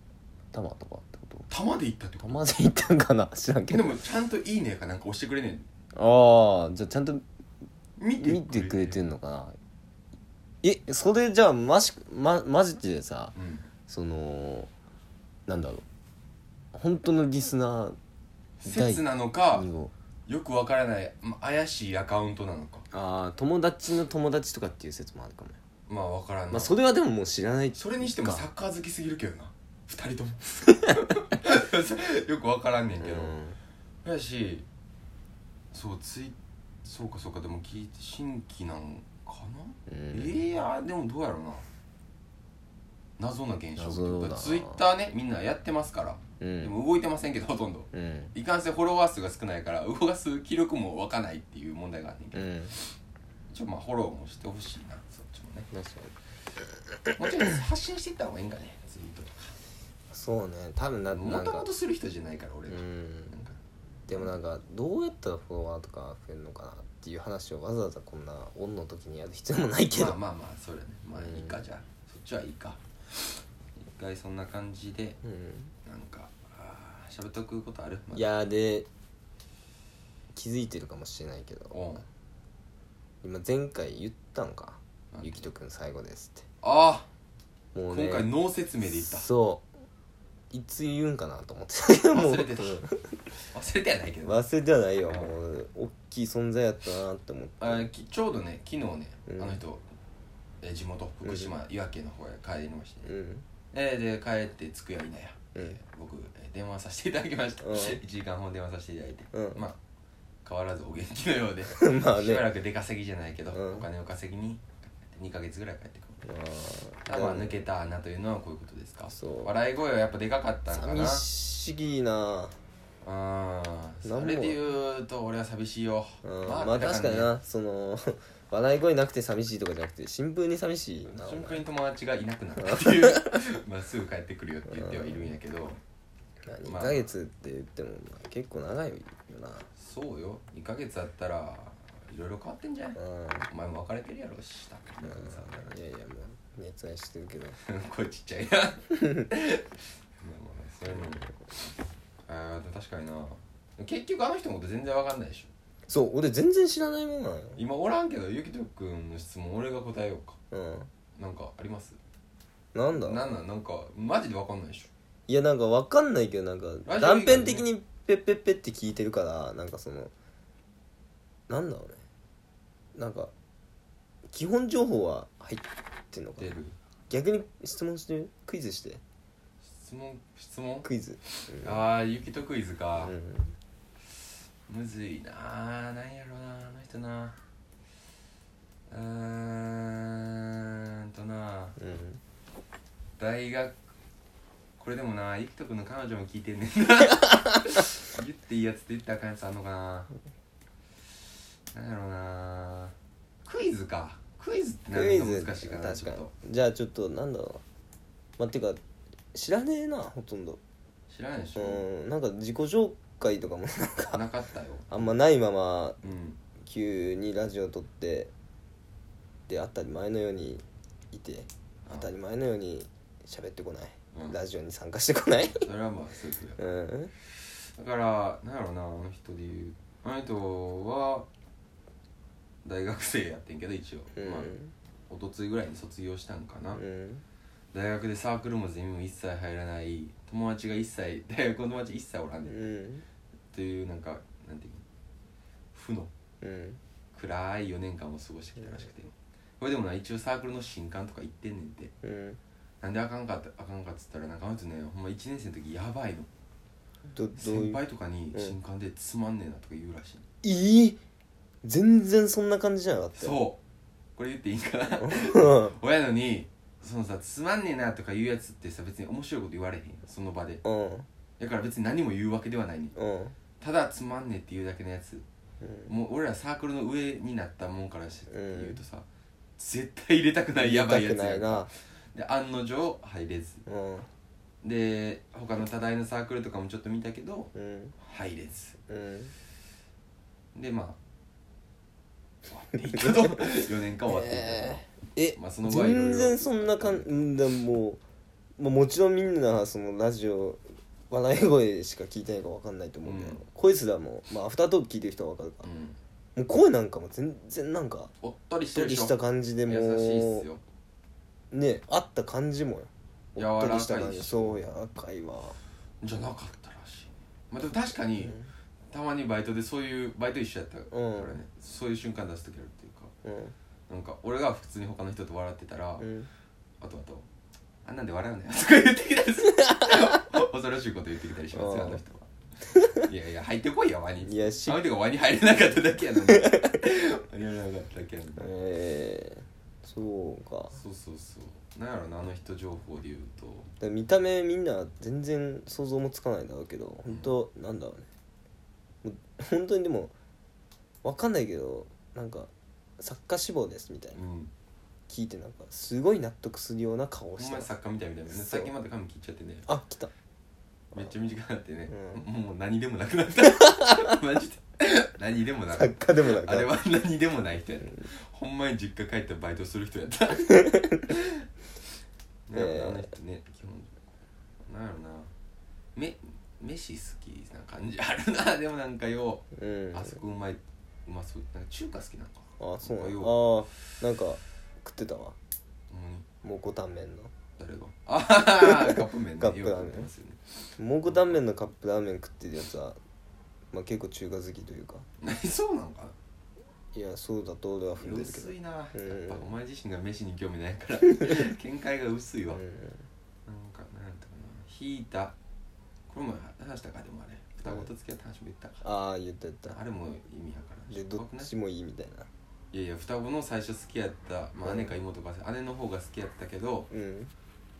Speaker 1: 玉とかってこと
Speaker 2: 玉で行ったってこと
Speaker 1: 玉でいったんかな知らんけ
Speaker 2: えで
Speaker 1: ど
Speaker 2: もちゃんと「いいね」かなんか押してくれね
Speaker 1: ああじゃあちゃんと
Speaker 2: え見て
Speaker 1: 見てくれて
Speaker 2: る
Speaker 1: んのかなえそれじゃあマシまマジでさ
Speaker 2: うん
Speaker 1: そのなんだろう本当のリスナ第
Speaker 2: 説なのか、
Speaker 1: ーを
Speaker 2: よくわからない、まあ、怪しいアカウントなのか
Speaker 1: ああ友達の友達とかっていう説もあるかもよ
Speaker 2: まあわからんな、
Speaker 1: まあ
Speaker 2: そ
Speaker 1: それはでももう知らない
Speaker 2: れにしてもサッカー好きすぎるけどな2人とも よくわからんねんけど、やしそうついそうかそうかでも聞いて新規なんか
Speaker 1: うん、う
Speaker 2: な、
Speaker 1: ん
Speaker 2: いやでもどうやろうな謎な現象っていう
Speaker 1: 謎だ
Speaker 2: か
Speaker 1: な
Speaker 2: ツイッターねみんなやってますから、
Speaker 1: うん
Speaker 2: でも動いてませんけどほとんど
Speaker 1: うん
Speaker 2: いかんせんフォロワー数が少ないから動かす気力も湧かないっていう問題があんねんけ
Speaker 1: う
Speaker 2: ど、
Speaker 1: ん
Speaker 2: ちょまあフォローもしてほしいなそっちもね
Speaker 1: 確か
Speaker 2: も
Speaker 1: に
Speaker 2: ちろん発信していった方がいいんかねツイートとか
Speaker 1: そうね多分な
Speaker 2: も
Speaker 1: なん
Speaker 2: と
Speaker 1: か
Speaker 2: もとする人じゃないから俺
Speaker 1: う
Speaker 2: が、
Speaker 1: ん
Speaker 2: なんか
Speaker 1: でもなんかどうやったらフォロワーとか増えるのかなっていう話をわざわざこんなオンの時にやる必要もないけど、
Speaker 2: まあまあまあそれねまあ
Speaker 1: うん
Speaker 2: いいかじゃあそっちはいいか一回そんな感じで
Speaker 1: うん、
Speaker 2: なんかあー喋っとくことある、まだ
Speaker 1: いやーで気づいてるかもしれないけ
Speaker 2: お
Speaker 1: ど
Speaker 2: ん
Speaker 1: 今前回言ったのか
Speaker 2: なん
Speaker 1: 「
Speaker 2: て
Speaker 1: ゆきとくん最後です」っ
Speaker 2: あ
Speaker 1: ても
Speaker 2: あ、
Speaker 1: うね
Speaker 2: 今回ノー説明で言った
Speaker 1: そういつ言うんかなと思ってたけどもう
Speaker 2: 忘れてた忘れてはないけど、
Speaker 1: 忘れてはないよもう大きい存在やったなって思って
Speaker 2: あーきちょうどね昨日ね、
Speaker 1: うん
Speaker 2: あの人えー地元福島、いわきの方へ帰りまして、ね
Speaker 1: うん
Speaker 2: えーで帰ってつくやいなや、
Speaker 1: うん
Speaker 2: えー僕、えー電話させていただきました、
Speaker 1: うん
Speaker 2: 1時間ほど電話させていただいて、
Speaker 1: うん
Speaker 2: まあ変わらずお元気のようで
Speaker 1: まあね
Speaker 2: しばらく出稼ぎじゃないけど、
Speaker 1: うん
Speaker 2: お金を稼ぎに2ヶ月ぐらい帰ってくる
Speaker 1: あ
Speaker 2: あまあ抜
Speaker 1: ー
Speaker 2: けた穴というのはこういうことですか
Speaker 1: そう
Speaker 2: 笑い声はやっぱでかかったんかな
Speaker 1: 寂しいな
Speaker 2: あー
Speaker 1: なん
Speaker 2: そ
Speaker 1: も
Speaker 2: れで言うと俺は寂しいよ、
Speaker 1: うんまあ確かになその 笑い声なくて寂しいとかじゃなくてシンプルに寂しいな
Speaker 2: 瞬
Speaker 1: お
Speaker 2: 間
Speaker 1: 前
Speaker 2: に友達がいなくなったっていうまあすぐ帰ってくるよって言ってはいるんやけど
Speaker 1: まあ
Speaker 2: ま
Speaker 1: 2
Speaker 2: あ
Speaker 1: ヶ月って言ってもまあ結構長いよな
Speaker 2: そうよ2ヶ月あったらいろいろ変わってんじゃん
Speaker 1: うん
Speaker 2: お前も別れてるやろし多分2ヶ月あったら
Speaker 1: いやいやもう熱愛してるけど
Speaker 2: 声ちっちゃいなまあまあそういうのもあーでも確かにな結局あの人のこと全然わかんないでしょ
Speaker 1: そう俺全然知らないもんなのよ
Speaker 2: 今おらんけどゆきとくんの質問俺が答えようか
Speaker 1: うん
Speaker 2: なんかあります
Speaker 1: なん
Speaker 2: な
Speaker 1: だ
Speaker 2: んなんなんかマジでわかんないでし
Speaker 1: いやなんかわかんないけどなんか
Speaker 2: ラジオ
Speaker 1: 断
Speaker 2: 以外
Speaker 1: 片
Speaker 2: ね
Speaker 1: 的にペッペッペッって聞いてるからなんかそのなんだろうねなんか基本情報は入ってんの
Speaker 2: ょ
Speaker 1: か
Speaker 2: 出
Speaker 1: な
Speaker 2: る
Speaker 1: 逆に質問してクイズして
Speaker 2: 質問質問
Speaker 1: クイズ
Speaker 2: ああゆきとクイズか、
Speaker 1: うん
Speaker 2: むずいなあなんやろなあの人なうーんとな
Speaker 1: うん
Speaker 2: 大学これでもなゆきとくんの彼女も聞いてんねん な言っていいやつと言ったらあかんやつあんのかななんやろうなクイズかクイズって
Speaker 1: クイ
Speaker 2: 何
Speaker 1: ズ
Speaker 2: が難しいかな
Speaker 1: 確
Speaker 2: ち
Speaker 1: か
Speaker 2: ょっ
Speaker 1: に
Speaker 2: と
Speaker 1: じゃあちょっとなんだろうまあてか知らねえなほとんど
Speaker 2: 知らないでし
Speaker 1: う
Speaker 2: ょ
Speaker 1: んなんか自己紹介とかも
Speaker 2: なかったよ
Speaker 1: あんまないまま
Speaker 2: うん
Speaker 1: 急にラジオ撮ってで当たり前のようにいて
Speaker 2: あ
Speaker 1: 当たり前のように喋ってこない、
Speaker 2: うん
Speaker 1: ラジオに参加して こない
Speaker 2: それはまあそうですよ
Speaker 1: うん
Speaker 2: だからなんやろうなあの人で言うあの人は大学生やってんけど一応、
Speaker 1: うん
Speaker 2: まあ一昨日ぐらいに卒業したんかな、
Speaker 1: うん
Speaker 2: 大学でサークルもゼミも一切入らない友達が一切大学の友達一切おらんね
Speaker 1: う
Speaker 2: ん、
Speaker 1: ん
Speaker 2: というなんかなんていうの負の
Speaker 1: うん
Speaker 2: 暗い4年間を過ごしてきたらしくて、これでもな一応サークルの新刊とか行ってんねんて
Speaker 1: うん
Speaker 2: なんであかんかったあかんかっつったらなんかあの人ねほんま1年生の時やばいの
Speaker 1: どどうい
Speaker 2: 先
Speaker 1: う
Speaker 2: 輩とかに新刊でつまんねえなとか言うらしい、
Speaker 1: いい全然そんな感じじゃなかったよ
Speaker 2: そうこれ言っていいかな
Speaker 1: うん
Speaker 2: 親のにそのさつまんねえなとか言うやつってさ別に面白いこと言われへんその場で
Speaker 1: うん
Speaker 2: だから別に何も言うわけではないねん
Speaker 1: うん
Speaker 2: ただつまんねえっていうだけのやつ
Speaker 1: うん
Speaker 2: もう俺らサークルの上になったもんからして
Speaker 1: うん
Speaker 2: 言うとさ、絶対入れたくないやばいやつ
Speaker 1: 痛くな
Speaker 2: や
Speaker 1: い
Speaker 2: んか
Speaker 1: な
Speaker 2: で案の定入れず
Speaker 1: うん
Speaker 2: で他の多大のサークルとかもちょっと見たけど
Speaker 1: うん
Speaker 2: 入れず
Speaker 1: うん
Speaker 2: でまあ終わっていったと4 年間終わっていったと、
Speaker 1: えーえ
Speaker 2: まあその後はいろい
Speaker 1: 全
Speaker 2: ろ
Speaker 1: 然そんな感じでもう、まあ、もちろんみんなそのラジオ笑い声しか聞いてないか分かんないと思うけど、
Speaker 2: うん
Speaker 1: 声すらもう、まあ、アフタートーク聞いてる人は分かるか
Speaker 2: うん
Speaker 1: もう声なんかも全然なんか
Speaker 2: おっとりして
Speaker 1: と
Speaker 2: るで
Speaker 1: り
Speaker 2: しょ
Speaker 1: した感じでも
Speaker 2: 優しいっす
Speaker 1: う
Speaker 2: よ
Speaker 1: ねあった感じもよおっとりした
Speaker 2: 柔ら
Speaker 1: 感
Speaker 2: かい
Speaker 1: じ
Speaker 2: し
Speaker 1: そうや赤いわ
Speaker 2: じゃなかったらしい、まあ、でも確かに、たまにバイトでそういうバイト一緒やったからね、そういう瞬間出す時あるっていうか
Speaker 1: うん
Speaker 2: なんか俺が普通に他の人と笑ってたら、
Speaker 1: うん
Speaker 2: あとあと「あんなんで笑うなよ」とか言ってきたりす る恐ろしいこと言ってきたりしますよ
Speaker 1: あー
Speaker 2: あの人はいやいや入ってこいよ輪に
Speaker 1: いやし
Speaker 2: あの人が輪に入れなかっただけ やのに入れなかっただけやのに
Speaker 1: えー、そうか
Speaker 2: そうそうそうなんやろなあの人情報で言うと
Speaker 1: で見た目みんな全然想像もつかないだろうけど本当なんだろうねもう本当にでもわかんないけどなんか作家志望ですみたいうなん聞いてなんかすごい納得するような顔を
Speaker 2: ほ
Speaker 1: し
Speaker 2: ん
Speaker 1: て
Speaker 2: まに
Speaker 1: た
Speaker 2: 作家みたいみたいなね
Speaker 1: そう
Speaker 2: 最近まで髪切っちゃってね
Speaker 1: あ来た
Speaker 2: めっちゃ短くなってね、
Speaker 1: う
Speaker 2: もう何でもなくなった マジで何でもなかった
Speaker 1: 作家でもな
Speaker 2: あれ
Speaker 1: んか
Speaker 2: は何でもない人やねほんまに実家帰ってバイトする人やった ね
Speaker 1: えー
Speaker 2: あの人ね基本なんやろなめ飯好きな感じあるなで もなんかよ
Speaker 1: うん
Speaker 2: うあそこうまいうまそうなんか中華好きなのか
Speaker 1: あそうな
Speaker 2: なんかよう
Speaker 1: のあーなんか食ってたわ
Speaker 2: ほんまに
Speaker 1: 蒙古タンメンの
Speaker 2: 誰がああカップ麺ね
Speaker 1: カップラーメ
Speaker 2: よく食べ
Speaker 1: ン
Speaker 2: てますよね
Speaker 1: 蒙古タンメンのカップラーメン食ってるやつは、まあ、結構中華好きというか
Speaker 2: そうなんかない
Speaker 1: やそうだと俺は踏んでるけど
Speaker 2: 薄いなやっ
Speaker 1: うん
Speaker 2: ぱお前自身が飯に興味ないから 見解が薄いわ、
Speaker 1: う
Speaker 2: なんかなんやったかな引いたこれも話したかでもあれ双子と付き合った話も言ったか、
Speaker 1: ん、ああ言った言った
Speaker 2: あれも意味やから
Speaker 1: でどっ
Speaker 2: ない
Speaker 1: ちもいいみたいない
Speaker 2: やいや双子の最初好きやった、まあ、姉か妹か姉の方が好きやったけど
Speaker 1: うん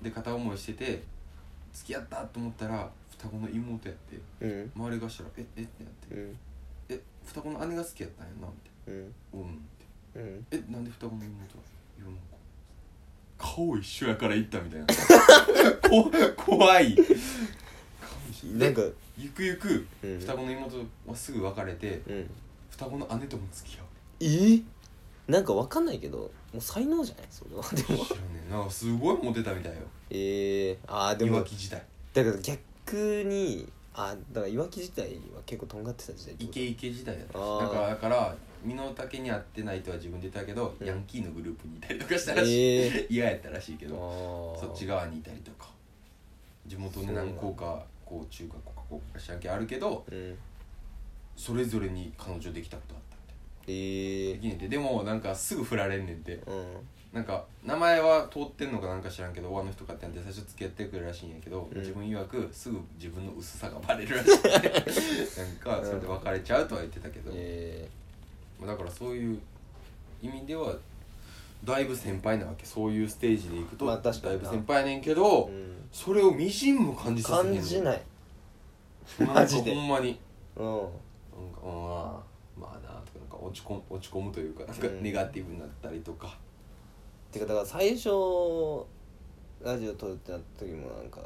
Speaker 2: で片思いしてて付き合ったと思ったら双子の妹やって
Speaker 1: うん
Speaker 2: 周りがしたら「ええっ?」てなって
Speaker 1: うん
Speaker 2: 「え双子の姉が好きやったんやな」みたい
Speaker 1: うん
Speaker 2: な「うん」って
Speaker 1: うん
Speaker 2: えなんで双子の妹はいやなんか顔一緒やから行ったみたい なこ怖い顔一緒
Speaker 1: なんか
Speaker 2: でゆくゆく
Speaker 1: うん
Speaker 2: 双子の妹はすぐ別れて、
Speaker 1: うん
Speaker 2: 双子の姉とも付き合う
Speaker 1: えーなんかわかんないけどもう才能じゃないそれはでも
Speaker 2: 知らねえなんかすごいモテたみたいよ
Speaker 1: ええああで
Speaker 2: い
Speaker 1: も
Speaker 2: わき時代
Speaker 1: だけど逆にあだからいわき自体は結構とんがってた時代って
Speaker 2: イ
Speaker 1: こと
Speaker 2: ケイケ時代やったし
Speaker 1: あー
Speaker 2: だからだから身の丈に合ってないとは自分で言ったけど、
Speaker 1: うん
Speaker 2: ヤンキーのグループにいたりとかしたらしい、
Speaker 1: ええ
Speaker 2: 嫌やったらしいけど
Speaker 1: ああ
Speaker 2: そっち側にいたりとか地元で何校かこう中学校か高校か知らんけどあるけど
Speaker 1: うん
Speaker 2: それぞれに彼女できたことあったみたいな
Speaker 1: え
Speaker 2: で
Speaker 1: え
Speaker 2: きんねんてでもなんかすぐ振られんねんて
Speaker 1: うん
Speaker 2: なんか名前は通ってんのかなんか知らんけどあの人かってなんで最初付き合ってくるらしいんやけど、
Speaker 1: うん
Speaker 2: 自分曰くすぐ自分の薄さがバレるらし くてなんかそれで別れちゃうとは言ってたけど、
Speaker 1: え
Speaker 2: まあだからそういう意味ではだいぶ先輩なわけそういうステージでいくと、
Speaker 1: まあ確か
Speaker 2: だい
Speaker 1: に
Speaker 2: ぶ
Speaker 1: な
Speaker 2: 先輩やねんけど、
Speaker 1: えうん
Speaker 2: それをみじんも感じさせへん
Speaker 1: 感じないいマジで
Speaker 2: ほんまに
Speaker 1: うん
Speaker 2: なんかうんまあまあなとかなんか落ち込む落ち込むというかなんか
Speaker 1: うん
Speaker 2: ネガティブになったりとか、
Speaker 1: てかだから最初ラジオ撮るってなった時もなんか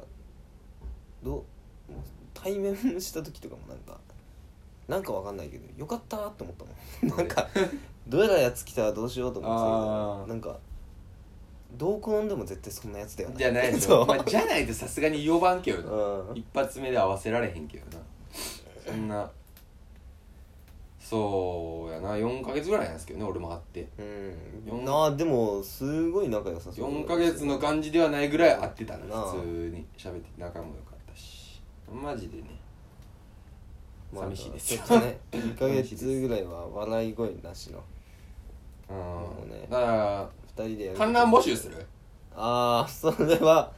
Speaker 1: どうもう対面した時とかもなんかなんかわかんないけどよかったーって思った もんなんかどうやらやつ来たらどうしようと思って
Speaker 2: あ
Speaker 1: た
Speaker 2: ー
Speaker 1: けどなんかどう転んでも絶対そんなやつだよ
Speaker 2: じゃないの
Speaker 1: そう、
Speaker 2: まあ、じゃないとさすがに4番けどな、
Speaker 1: うん
Speaker 2: 一発目で合わせられへんけどなそんなそうやな4ヶ月ぐらいなんですけどね俺も会って
Speaker 1: うん
Speaker 2: 四
Speaker 1: なあでもすごい仲良さそう
Speaker 2: 4ヶ月の感じではないぐらい会ってたな
Speaker 1: なあ
Speaker 2: 普通に喋って仲も良かったしマジでね
Speaker 1: まあ
Speaker 2: 寂しいです
Speaker 1: ち
Speaker 2: よ
Speaker 1: ょっと ね1
Speaker 2: 寂
Speaker 1: ヶ
Speaker 2: しいです
Speaker 1: 月ぐらいは笑い声なしの
Speaker 2: うん、
Speaker 1: うね
Speaker 2: だから
Speaker 1: 2人でやる
Speaker 2: 観覧募集する
Speaker 1: ああそれは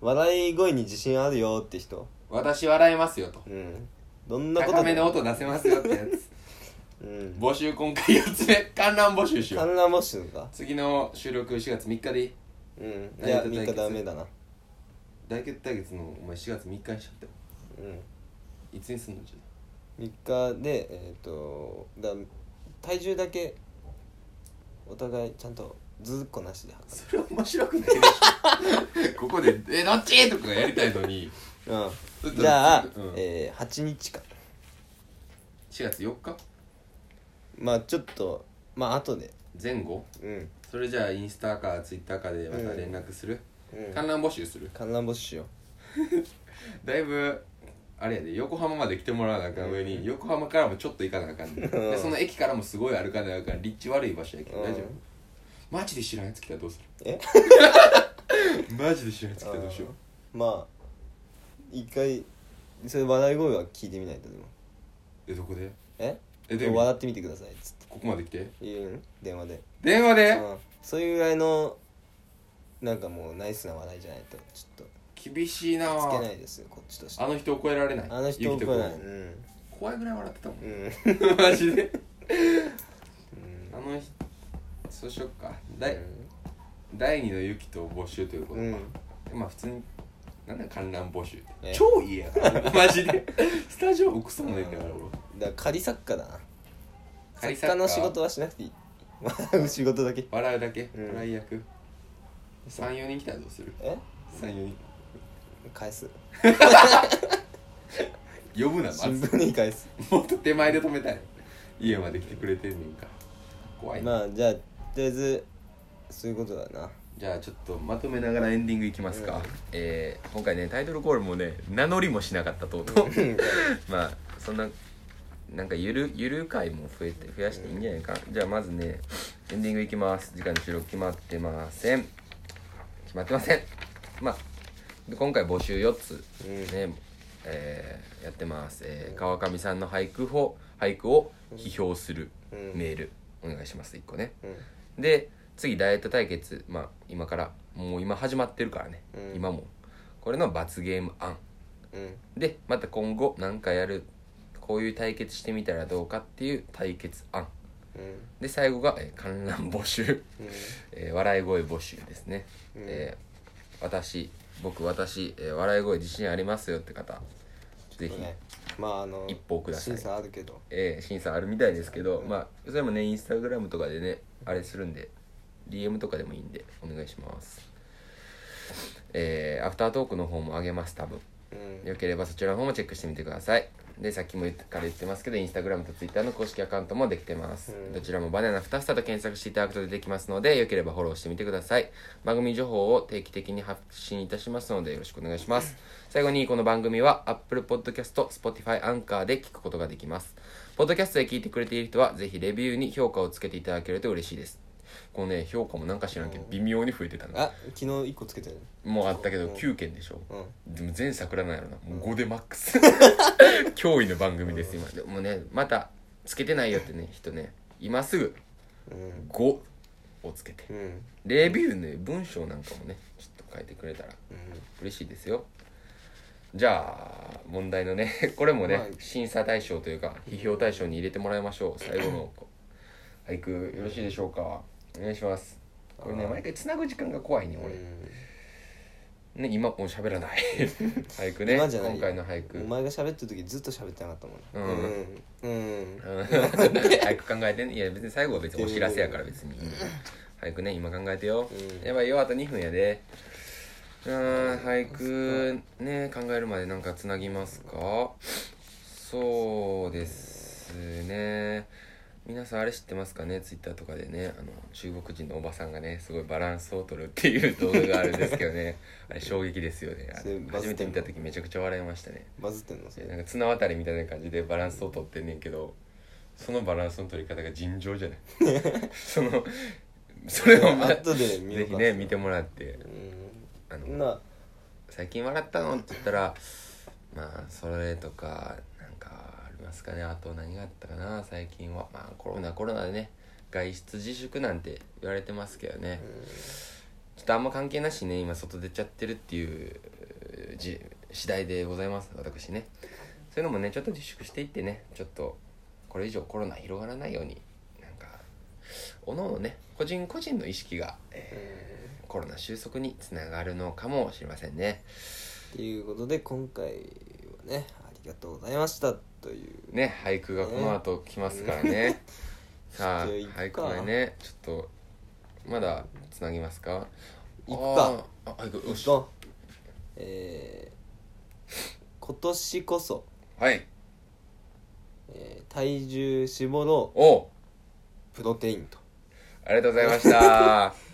Speaker 1: 笑い声に自信あるよって人
Speaker 2: 私笑えますよと
Speaker 1: うんどんなこと
Speaker 2: 高めの音
Speaker 1: だ
Speaker 2: 出せますよってやつ
Speaker 1: うん
Speaker 2: 募集今回4つ目観覧募集しよう
Speaker 1: 観覧募集か
Speaker 2: 次の収録4月3日でいい
Speaker 1: うんい
Speaker 2: 何
Speaker 1: や
Speaker 2: と対
Speaker 1: 3
Speaker 2: 決
Speaker 1: 日ダメだな
Speaker 2: 大決対決のお前4月3日にしちゃって
Speaker 1: うん
Speaker 2: いつにすんのじゃ
Speaker 1: 3日でえっ、とだ体重だけお互いちゃんとずっこなしで測
Speaker 2: それ面白くないでしょここで「えどっち?」とかやりたいのに
Speaker 1: る
Speaker 2: ちょ
Speaker 1: う
Speaker 2: っ
Speaker 1: ん
Speaker 2: と
Speaker 1: じゃあ、
Speaker 2: うん
Speaker 1: えー、8日間
Speaker 2: 4月4日
Speaker 1: まあちょっとまあ後で
Speaker 2: 前後
Speaker 1: うん
Speaker 2: それじゃあインスタかツイッターかでまた連絡する、
Speaker 1: うん
Speaker 2: 観覧募集する
Speaker 1: 観覧募集しよ
Speaker 2: だいぶあれやで横浜まで来てもらわなあかん上に、横浜からもちょっと行かなあかんね、でその駅からもすごい歩かなあかん立地悪い場所やけ
Speaker 1: う、
Speaker 2: ど
Speaker 1: うん
Speaker 2: 大丈夫マジで知らんやつ来たらどうする
Speaker 1: え
Speaker 2: マジで知らなかったどうしよう
Speaker 1: まあ一回それ笑い声は聞いてみないとでも
Speaker 2: えどこで
Speaker 1: え
Speaker 2: えで
Speaker 1: 笑
Speaker 2: も
Speaker 1: ってみてくださいっつって
Speaker 2: ここまで来て
Speaker 1: 言うん電話で、
Speaker 2: 電話
Speaker 1: う
Speaker 2: で
Speaker 1: ん、そういうぐらいのなんかもうナイスな笑いじゃないとちょっ
Speaker 2: 厳しいな
Speaker 1: とつ
Speaker 2: あ
Speaker 1: けないですよこっちとして
Speaker 2: あの人を超えられない
Speaker 1: あの人
Speaker 2: ゆきと
Speaker 1: 怒らない
Speaker 2: こ
Speaker 1: う
Speaker 2: うん怖いぐらい笑ってたも
Speaker 1: うん
Speaker 2: ん マジで
Speaker 1: うん
Speaker 2: あの人そうしよっか第
Speaker 1: うん
Speaker 2: 第2のユキと募集ということ
Speaker 1: う
Speaker 2: か
Speaker 1: ん
Speaker 2: まあ普通になんだ観覧募集って、
Speaker 1: ね
Speaker 2: 超嫌やからマジでスタジオクソもねえんだから俺
Speaker 1: だから仮作家だな
Speaker 2: 仮作家
Speaker 1: 作家の仕事はしなくていい 笑う仕事だけ
Speaker 2: 笑うだけ、
Speaker 1: うん
Speaker 2: 笑い役34人来たらどうする
Speaker 1: え
Speaker 2: 34
Speaker 1: 返す
Speaker 2: 人呼ぶなま
Speaker 1: 新
Speaker 2: ず
Speaker 1: 聞に返す
Speaker 2: もっと手前で止めたい家まで来てくれてんねんか怖い、な
Speaker 1: まあじゃあとりあえずそういうことだな
Speaker 2: じゃあちょっとまとめながらエンディングいきますか、
Speaker 1: うん
Speaker 2: えー今回ねタイトルコールもね名乗りもしなかったとう とうまあそんななんかゆるゆる回も増えて増やしていいんじゃないか、じゃあまずねエンディングいきます時間の収録決まってません決まってませんまあで今回募集4つね、えーやってます、えー川上さんの俳句を俳句を批評する
Speaker 1: うん
Speaker 2: メールお願いします1個ね
Speaker 1: うん
Speaker 2: で次ダイエット対決まあ今からもう今始まってるからね、
Speaker 1: うん
Speaker 2: 今もこれの罰ゲーム案
Speaker 1: うん
Speaker 2: でまた今後何かやるこういう対決してみたらどうかっていう対決案
Speaker 1: うん
Speaker 2: で最後が、えー観覧募集、
Speaker 1: うん
Speaker 2: えー笑い声募集ですね、
Speaker 1: うん
Speaker 2: えー私僕私、えー笑い声自信ありますよって方ぜひ、
Speaker 1: ねまああの
Speaker 2: 一歩ください
Speaker 1: 審査あるけど
Speaker 2: えー審査あるみたいですけど、まあそれもねインスタグラムとかでねあれするんで DM とかでもいいんでお願いしますえーアフタートークの方も上げます多分
Speaker 1: うん
Speaker 2: よければそちらの方もチェックしてみてくださいでさっきも言ったから言ってますけどインスタグラムとツイッターの公式アカウントもできてます、
Speaker 1: うん
Speaker 2: どちらもバナナ2房と検索していただくと出てきますのでよければフォローしてみてください番組情報を定期的に発信いたしますのでよろしくお願いします最後にこの番組は Apple Podcast、Spotify、アンカーで聞くことができますポッドキャストで聞いてくれている人はぜひレビューに評価をつけていただけると嬉しいですこのね評価もなんか知らんけど微妙に増えてたな
Speaker 1: あ昨日一個つけてる
Speaker 2: もうあったけど9件でしょ
Speaker 1: うん
Speaker 2: でも全桜なんやろなもう5でマック ス驚異の番組です今でもねまたつけてないよってね人ね今すぐ
Speaker 1: うん
Speaker 2: 5をつけて
Speaker 1: うんうん
Speaker 2: レビューね文章なんかもねちょっと変えてくれたら嬉しいですよじゃあ問題のね これもね、
Speaker 1: はい
Speaker 2: 審査対象というか批評対象に入れてもらいましょう最後の俳句よろしいでしょうかお願いしますこれね
Speaker 1: あー
Speaker 2: 毎回つなぐ時間が怖いね
Speaker 1: う
Speaker 2: 俺、
Speaker 1: ん
Speaker 2: ね今もう喋らない 俳句ね
Speaker 1: 今じゃないよ
Speaker 2: 今回の俳句
Speaker 1: お前が喋ってる時ずっと喋ってなかったもんねうんうん
Speaker 2: うん俳句考えてねいや別に最後は別にお知らせやから別に俳句ね今考えてよ、
Speaker 1: うん
Speaker 2: やばいよあと2分やでうーん俳句ね考えるまでなんかつなぎますかそうですね皆さんあれ知ってますかねツイッターとかでねあの中国人のおばさんがねすごいバランスを取るっていう動画があるんですけどねあれ衝撃ですよねあ
Speaker 1: それ
Speaker 2: れ
Speaker 1: バ
Speaker 2: 初
Speaker 1: ズ
Speaker 2: め
Speaker 1: っ
Speaker 2: て
Speaker 1: てんの
Speaker 2: 見た時めちゃくちゃ笑いましたね
Speaker 1: バズってんのそ
Speaker 2: で
Speaker 1: れ
Speaker 2: なんか綱渡りみたいな感じでバランスを取ってんねんけどそのバランスの取り方が尋常 じゃないそのそれをまあ
Speaker 1: 後で見よ
Speaker 2: ぜ
Speaker 1: う
Speaker 2: ひ
Speaker 1: か
Speaker 2: ね見てもらって
Speaker 1: う
Speaker 2: あ
Speaker 1: ん
Speaker 2: の
Speaker 1: な
Speaker 2: 最近笑ったのって言ったらまあそれとかなんかありますかねあと何があったかな最近はまあコロナコロナでね外出自粛なんて言われてますけどね、ちょっとあんま関係なしね今外出ちゃってるっていうえーじ次第でございます私ねそういうのもねちょっと自粛していってねちょっとこれ以上コロナ広がらないようになんかおのおのね個人個人の意識が、えーコロナ収束につながるのかもしれませんね
Speaker 1: っていうことで今回はねありがとうございましたという
Speaker 2: ね俳句がこの後来ますからね さあ
Speaker 1: じゃあ
Speaker 2: 俳
Speaker 1: 行く
Speaker 2: 句
Speaker 1: か
Speaker 2: はねちょっとまだつなぎますか
Speaker 1: 行くか
Speaker 2: あーあ俳句よし
Speaker 1: とえー今年こそ、
Speaker 2: はい
Speaker 1: えー体重絞ろ
Speaker 2: おう
Speaker 1: うプロテインと
Speaker 2: ありがとうございました